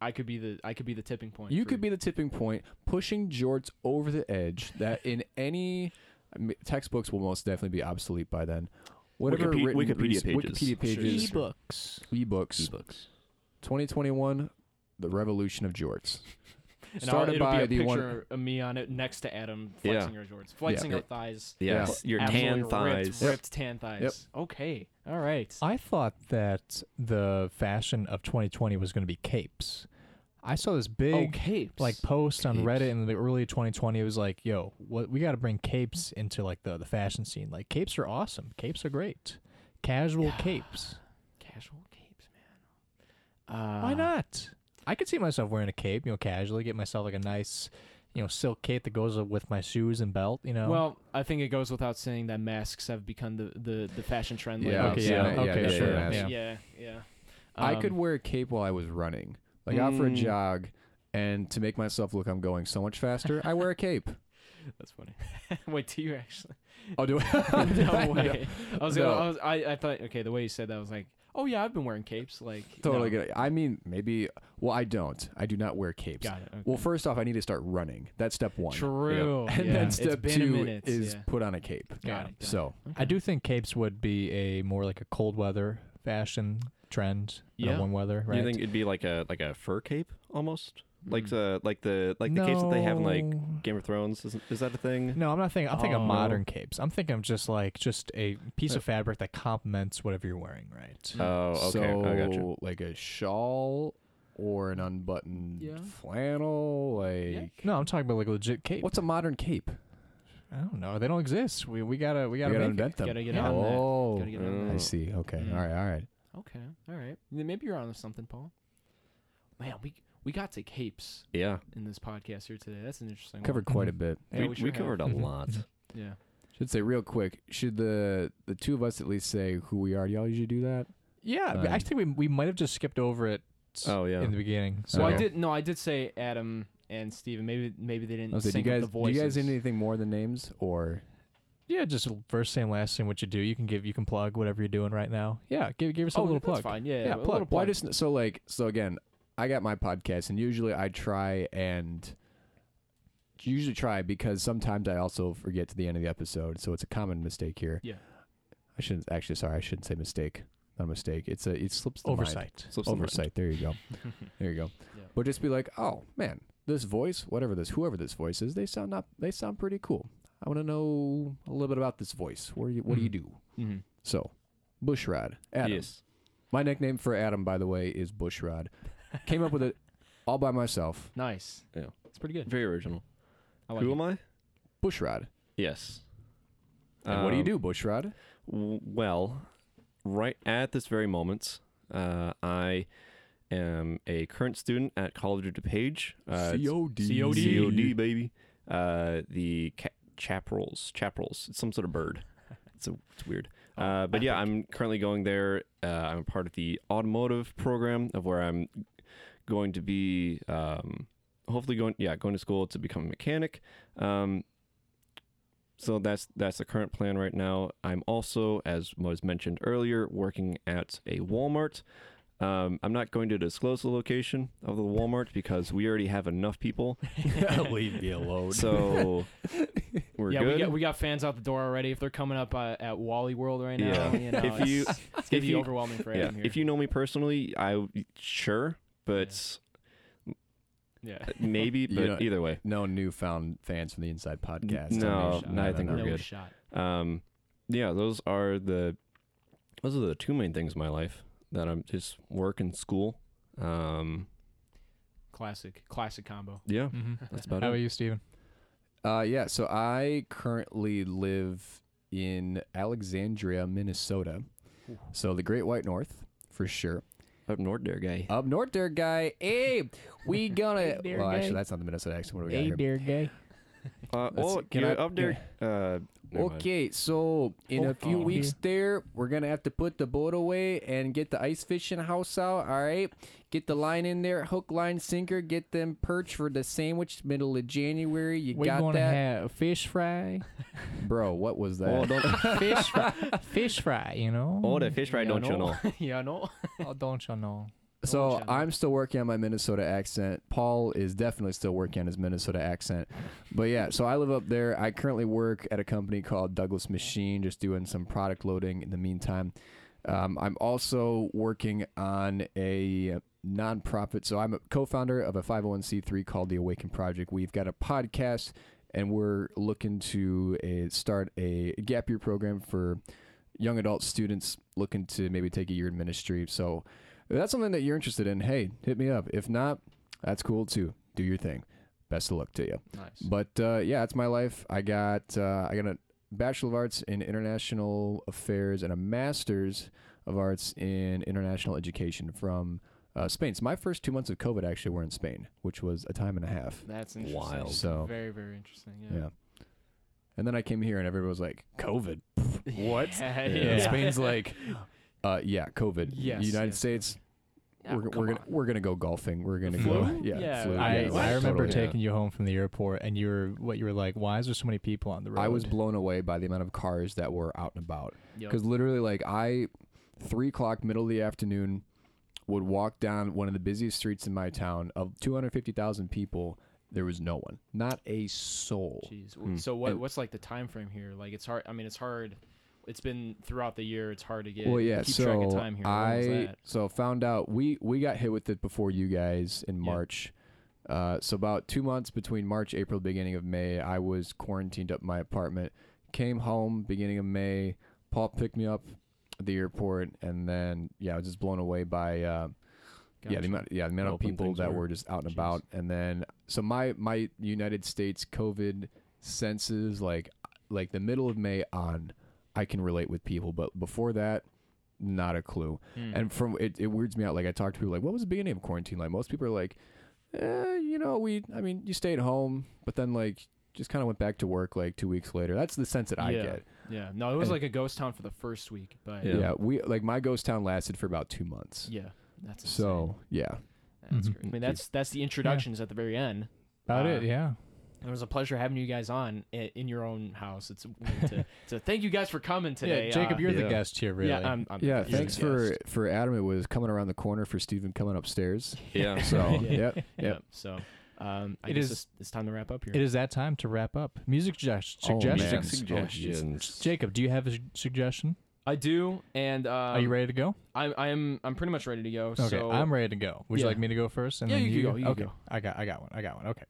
I could be the I could be the tipping point.
You
for-
could be the tipping point, pushing jorts over the edge
(laughs)
that in any I mean, textbooks will most definitely be obsolete by then. Whatever
Wikipedia-
written
Wikipedia
res-
pages.
Wikipedia pages,
ebooks.
ebooks.
ebooks.
2021, the revolution of jorts.
(laughs) and I'll-
Started
it'll be
by
a
the
picture
one.
of me on it next to Adam
Yeah.
flexing her jorts, flexing her thighs.
Yes, your tan
Absolutely
thighs.
ripped, ripped tan thighs. Okay, all right.
I thought that the fashion of 2020 was going to be capes. I saw this big
oh, capes.
like post on
Capes.
Reddit in the early 2020. It was like, yo, what we got to bring capes into like the the fashion scene. Like capes are awesome. Capes are great. Casual
Yeah.
capes.
casual capes, man. Uh,
Why not? I could see myself wearing a cape, you know, casually. Get myself like a nice, you know, silk cape that goes with my shoes and belt. You know.
Well, I think it goes without saying that masks have become the the, the fashion trend. lately.
Yeah,
okay,
so-
yeah,
yeah,
okay,
yeah,
sure,
yeah,
yeah.
yeah, yeah.
I could
Um, Hmm.
wear a cape while I was running, like out for a
Mm.
jog, and to make myself look I'm going so much faster, I wear
(laughs)
a cape.
That's funny. (laughs) Wait, do you actually?
Oh, do (laughs)
(laughs)
I?
no way. I was,
No.
gonna, I, was I, I thought okay, the way you said that I was like, oh yeah, I've been wearing capes. Like
Totally
no.
good. I mean, maybe. Well, I don't. I do not wear capes.
Got it. Okay.
Well, first off, I need to start running. That's step one.
True.
(laughs) And
yeah.
then
it's
step
been a
two
minute.
is
yeah.
put on a cape.
Got it, got
So
I do think capes would be a more like a cold weather fashion trend than
Yeah.
a warm weather,
You
right?
think it'd be like a like a fur cape almost,
Hmm.
like the like the like the capes that they have in like
No.
Game of Thrones? Is, is that a thing?
No, I'm not thinking. I'm thinking
Oh.
of modern capes. I'm thinking of just like just a piece
Uh,
of fabric that complements whatever you're wearing, right?
Mm-hmm.
Oh, okay,
so
I got you.
like a shawl or an unbuttoned
Yeah.
flannel, like
No, I'm talking about like legit cape.
what's a modern cape?
I don't know. They don't exist. We we gotta we gotta,
we gotta
make it.
invent them.
Gotta get
Yeah.
on that.
oh,
Gotta get on
Mm.
that.
I see. Okay,
Mm.
all right, all right.
Okay, all right. Then maybe you're onto something, Paul. Man, we we got to capes
Yeah,
in this podcast here today. That's an interesting.
Covered
Mhm.
quite a bit.
Yeah, we
we, we,
sure have.
covered a
Mhm,
(laughs)
lot.
mhm.
One. Yeah.
Should say real quick. Should the the two of us at least say who we are? Do y'all usually do that?
Yeah,
Um,
I think we we might have just skipped over it
Oh yeah,
in the beginning. So
Well, I
Okay.
did. No, I did say Adam and Steven. Maybe maybe they didn't
I'll say, do you
sync up
guys
Mm. the
do
voices. Oh,
you guys need anything more than names or
yeah, just first name, last name, what you do. You can give you can plug whatever you're doing right now. Yeah, give give us a
oh,
little
that's
plug.
fine. Yeah,
Yeah,
a little
plug.
Well, I just so like so again, I got my podcast, and usually I try and usually try because sometimes I also forget to the end of the episode, so it's a common mistake here.
Yeah. (laughs)
I shouldn't actually. Sorry, I shouldn't say mistake. Not a mistake. It's a it slips the mind.
Oversight.
Slips in my-
Oversight. There you go. There you go.
Yeah.
But just be like, oh man, this voice, whatever this, whoever this voice is, they sound not, they sound pretty cool. I want to know a little bit about this voice. Where you, what do you
Mhm.
do?
Mhm.
So, Bushrod, Adam.
Hmm. Yes.
My nickname for Adam, by the way, is Bushrod. Came up with
(laughs)
it all by myself.
Nice.
Yeah.
it's pretty good.
Very original.
I like
Who
it.
am I?
Bushrod.
Yes.
And what do you
Um,
do, Bushrod?
W- Well, right at this very moment, uh, I am a current student at College of DuPage. Uh, it's
COD.
COD, (laughs) baby. Uh, the ca- chaparrals, chaparrals. It's some sort of bird. It's a, it's
Oh,
weird. Uh, but yeah, I'm currently going there. Uh, I'm a part of the automotive program of where I'm going to be, um, hopefully going, yeah, going to school to become a mechanic. Um, so that's that's the current plan right now. I'm also, as was mentioned earlier, working at a Walmart. Um, I'm not going to disclose the location of the Walmart because we already have enough people (laughs)
Leave
(laughs)
me alone.
so (laughs) we're
yeah,
good.
we (laughs) got we got fans out the door already. If they're coming up uh, at Wally World right now,
Yeah.
you know,
If you- (laughs)
it's, it's gonna
if
be
you-
overwhelming for
yeah.
Adam here.
If you know me personally, I w- sure, but
yeah,
(laughs) maybe,
You
but
don't-
either way,
No newfound fans from the Inside Podcast.
no,
shot.
oh, no, I
(laughs)
think
no
we're good.
shot.
um, yeah, those are the those are the two main things in my life that I'm just work and school. Um,
Classic, classic combo.
yeah,
hmm
Mm-hmm.
(laughs)
that's about
How
it.
about you, Steven?
Uh, yeah, so I currently live in Alexandria, Minnesota.
Ooh.
So the Great White North, for sure.
Up north, there, guy.
Up north there, guy. Hey,
(laughs)
we gonna.
Hey there,
well, actually,
guy.
that's not the Minnesota accent. What do we got here?
dear gay.
Uh,
Let's-
oh,
can
you're
I-
up there. Uh, never mind.
Okay, so in a
Hold
few
on.
weeks there, we're gonna have to put the boat away and get the ice fishing house out. All right, get the line in there, hook, line, sinker. Get them perch for the sandwich. Middle of January, you
We're
got
gonna
that,
have fish fry,
bro? What was that?
(laughs)
Oh, don't, (laughs)
fish fry, fish fry. You know.
oh, the fish
(laughs)
fry,
Yeah,
don't you know?
yeah, no.
Oh, don't you know?
So
Orange County.
I'm still working on my Minnesota accent. Paul is definitely still working on his Minnesota accent. But yeah, so I live up there. I currently work at a company called Douglas Machine, just doing some product loading in the meantime. Um, I'm also working on a nonprofit. So I'm a co founder of a 501c3 called The Awaken Project. We've got a podcast and we're looking to uh start a gap year program for young adult students looking to maybe take a year in ministry. So if that's something that you're interested in, hey, hit me up. If not, that's cool too. Do your thing. Best of luck to you.
Nice.
But uh, yeah, that's my life. I got uh, I got a bachelor of arts in international affairs and a master's of arts in international education from uh, Spain. So my first two months of COVID actually were in Spain, which was a time and a half.
That's interesting.
Wild.
So-
very very interesting.
Yeah.
Yeah.
And then I came here and everybody was like, COVID.
(laughs)
What?
Yeah.
Yeah.
Spain's like, uh, yeah, COVID.
Yes,
United
yes,
States.
Yeah,
we're
come
we're gonna
on.
we're gonna go golfing. We're gonna
Flu?
go. Yeah,
Yeah,
flu,
I,
yeah,
I
like,
remember
totally.
taking you home from the airport, and you were what you were like. Why is there so many people on the road?
I was blown away by the amount of cars that were out and about.
Yep.
Because literally, like I, three o'clock, middle of the afternoon, would walk down one of the busiest streets in my town. Of two hundred fifty thousand people, there was no one, not a soul.
Jeez.
Hmm.
So what
And-
what's like the time frame here? Like it's hard. I mean, it's hard. It's been throughout the year. It's hard to get.
Well, yeah.
Keep
so
track of time here. When was
I
that?
so found out we we got hit with it before you guys in March. Uh, so about two months between March, April, beginning of May, I was quarantined up in my apartment. Came home beginning of May. Paul picked me up at the airport, and then yeah, I was just blown away by. Uh, yeah, the
Gotcha.
amount, yeah, the amount of
open
people
things
that
were.
were just out and
Jeez.
about, and then so my my United States COVID senses like like the middle of May on, I can relate with people, but before that, not a clue.
Hmm.
And from it, it weirds me out. Like I talk to people, like what was the beginning of quarantine like? Most people are like, eh, you know, we, I mean, you stayed home, but then like just kind of went back to work like two weeks later. That's the sense that I
Yeah.
get.
yeah. No, it was
and-
like a ghost town for the first week, but
Yeah.
Yeah.
yeah,
we like my ghost town lasted for about two months.
that's insane.
so yeah,
That's
Mhm.
great. I mean, that's that's the introductions at the very end.
about
uh,
it. Yeah,
It was a pleasure having you guys on i- in your own house. It's
(laughs)
to, to thank you guys for coming today.
yeah. Jacob,
Uh,
you're the
yeah.
guest here, really.
Yeah, I'm, I'm
yeah.
you're the
Thanks for
guest.
for Adam. It was coming around the corner for Stephen coming
(laughs)
upstairs.
(laughs) Yeah.
So
Yeah.
yep,
yeah.
yep.
So, um, I
It
guess
is-
it's, it's time to wrap up here.
it is that time to wrap up. Music suggest-
Oh, man.
suggestions.
Suggestions.
Jacob, do you have a su- suggestion?
I do, and um,
Are you ready to go?
I'm I'm I'm pretty much ready to go.
Okay,
so
I'm ready to go. Would you
Yeah.
like me to go first? And
Yeah,
then
you can go, you can
okay,
go.
I got, I got one. I got one. Okay.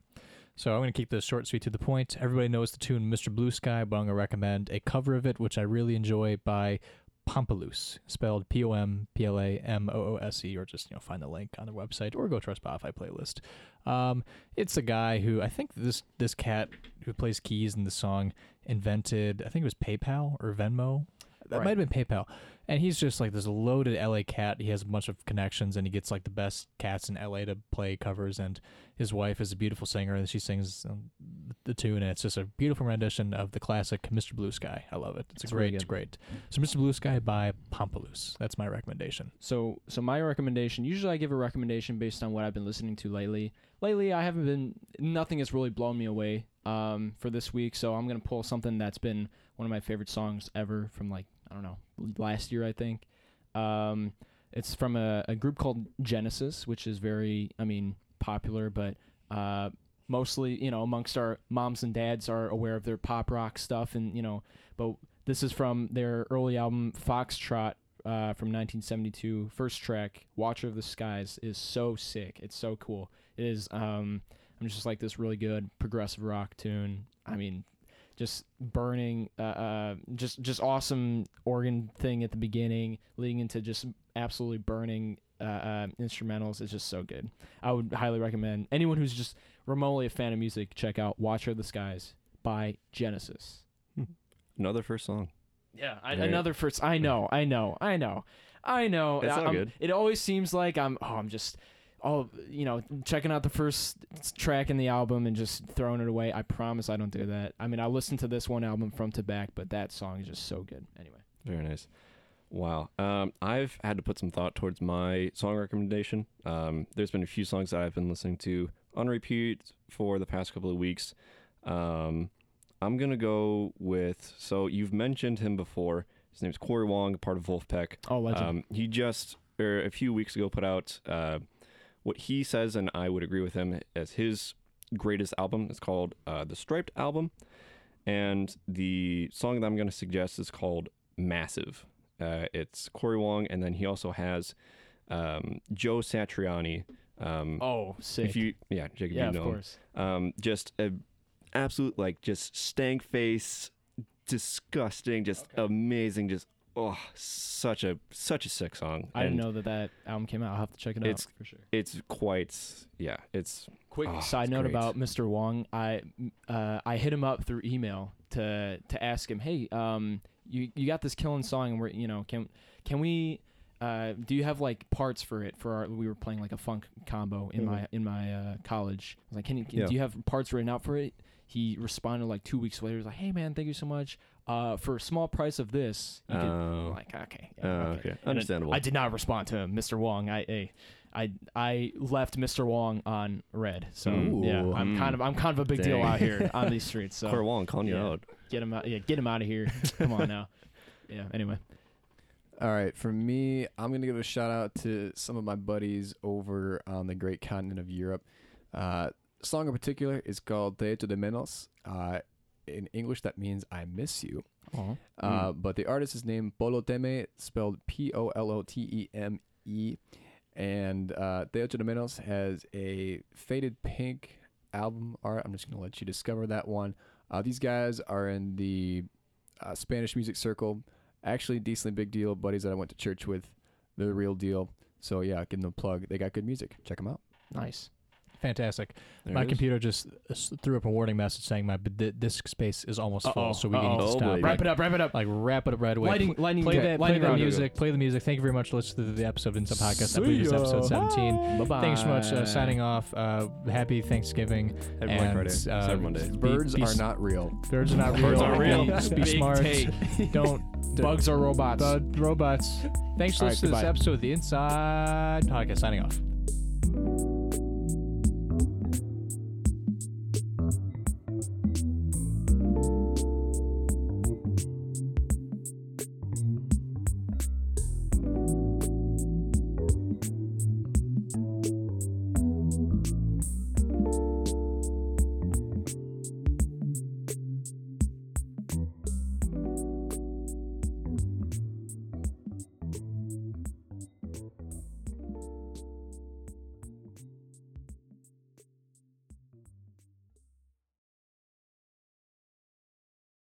So I'm going to keep this short, sweet, to the point. Everybody knows the tune "Mr. Blue Sky," but I'm going to recommend a cover of it, which I really enjoy by Pompaloose, spelled P-O-M-P-L-A-M-O-O-S-E, E, or just you know find the link on their website or go to our Spotify playlist. Um, it's a guy who I think this this cat who plays keys in the song invented. I think it was PayPal or Venmo. That
Right.
might have been PayPal. And he's just like this loaded LA cat. He has a bunch of connections and he gets like the best cats in LA to play covers. And his wife is a beautiful singer and she sings um, the tune. And it's just a beautiful rendition of the classic Mr. Blue Sky. I love it. It's,
It's
a
really
great,
good.
it's great. So Mr. Blue Sky by Pompaloose. That's my recommendation.
So so my recommendation. Usually I give a recommendation based on what I've been listening to lately. Lately I haven't been. Nothing has really blown me away. Um, for this week, so I'm gonna pull something that's been one of my favorite songs ever from like I don't know last year I think. Um, it's from a, a group called Genesis, which is very I mean popular, but uh, mostly you know amongst our moms and dads are aware of their pop rock stuff and you know but this is from their early album foxtrot uh, from 1972 first track watcher of the skies is so sick it's so cool it is um i'm just like this really good progressive rock tune i mean just burning uh, uh just just awesome organ thing at the beginning leading into just absolutely burning uh, uh instrumentals it's just so good i would highly recommend anyone who's just remotely a fan of music, check out Watcher of the Skies by Genesis.
Another first song.
Yeah, I,
Alright.
another first. I know, I know, I know, I know.
Hmm. It's
I-
all
I'm-
good.
It always seems like I'm. Oh, I'm just. Oh, you know, checking out the first track in the album and just throwing it away. I promise I don't do that. I mean, I listened to this one album from to back, but that song is just so good. Anyway,
Very nice. Wow. Um, I've had to put some thought towards my song recommendation. Um, there's been a few songs that I've been listening to on repeat for the past couple of weeks. Um, I'm going to go with. So you've mentioned him before. His name's Corey Wong, part of Wolfpack.
oh legend.
Um, he just or a few weeks ago put out uh, what he says, and I would agree with him as his greatest album. It's called uh, the Striped Album, and the song that I'm going to suggest is called Massive. Uh, it's Corey Wong, and then he also has um, Joe Satriani. Um,
Oh, sick.
if you, yeah, Jacob,
yeah,
you
of
know him
course.
um, just a absolute like just stank face, disgusting, just amazing, just oh such a such a sick song.
I didn't
And
know that that album came out. I'll have to check it
It's-
out for sure.
It's quite yeah. It's
Quick
Oh,
side
it's
note
great.
about Mr. Wong. I uh, I hit him up through email to to ask him, hey, um, you you got this killing song, and we're you know can can we. Uh, do you have like parts for it? For our, we were playing like a funk combo in my in my uh, college. I was like, can you, can-
Mm-hmm. Yeah.
do you have parts written out for it? He responded like two weeks later. He was like, hey man, thank you so much. Uh, for a small price of this, you could, I'm
oh,
like okay,
oh,
yeah, okay.
okay, understandable.
I did not respond to him, Mr. Wong. I, I I I left Mr. Wong on red. So
Ooh.
yeah, I'm
Mm.
kind of I'm kind of a big deal
Dang.
(laughs)
out here on these streets.
Corey
So
Wong calling you
uh, yeah.
out.
get him out. Yeah, get him out of here. Come
(laughs)
on now. Yeah. Anyway,
All right, for me, I'm gonna give a shout out to some of my buddies over on the great continent of Europe. Uh, song in particular is called "Te Te de Menos." Uh, in English, that means "I miss you." Uh, but the artist is named Polo Teme, spelled P O L O T E M E. And uh, Teo Menos has a faded pink album art. I'm just going to let you discover that one. Uh, these guys are in the uh, Spanish music circle. Actually, decently big deal. Buddies that I went to church with, they're the real deal. So, yeah, give them a plug. They got good music. Check them out.
nice.
Fantastic.
There
my
it is.
computer just uh, s- threw up a warning message saying my b- di- disk space is almost
Uh-oh,
full, so we need
uh-oh.
to
Oh,
stop.
baby.
Like-
Wrap it up. Wrap it up.
Like wrap it up right away.
Lightning. Lightning.
play that, play
lightning
the
round.
music. Play the music. Thank you very much. Listen to the episode of Instant Podcast. I
See
believe it's
ya.
episode 17.
Bye bye.
Thanks so much. Uh, signing off. Uh, happy Thanksgiving.
Every
and,
Friday, it's
uh,
every
um,
Monday.
be-
Birds
be
are
s-
not real.
Birds are not real.
Birds aren't real.
Be, be
Big
smart.
take.
(laughs) Don't
Bugs are robots.
bug robots. Thanks for
All right,
listening to
goodbye.
this episode of the Inside Podcast. Signing off.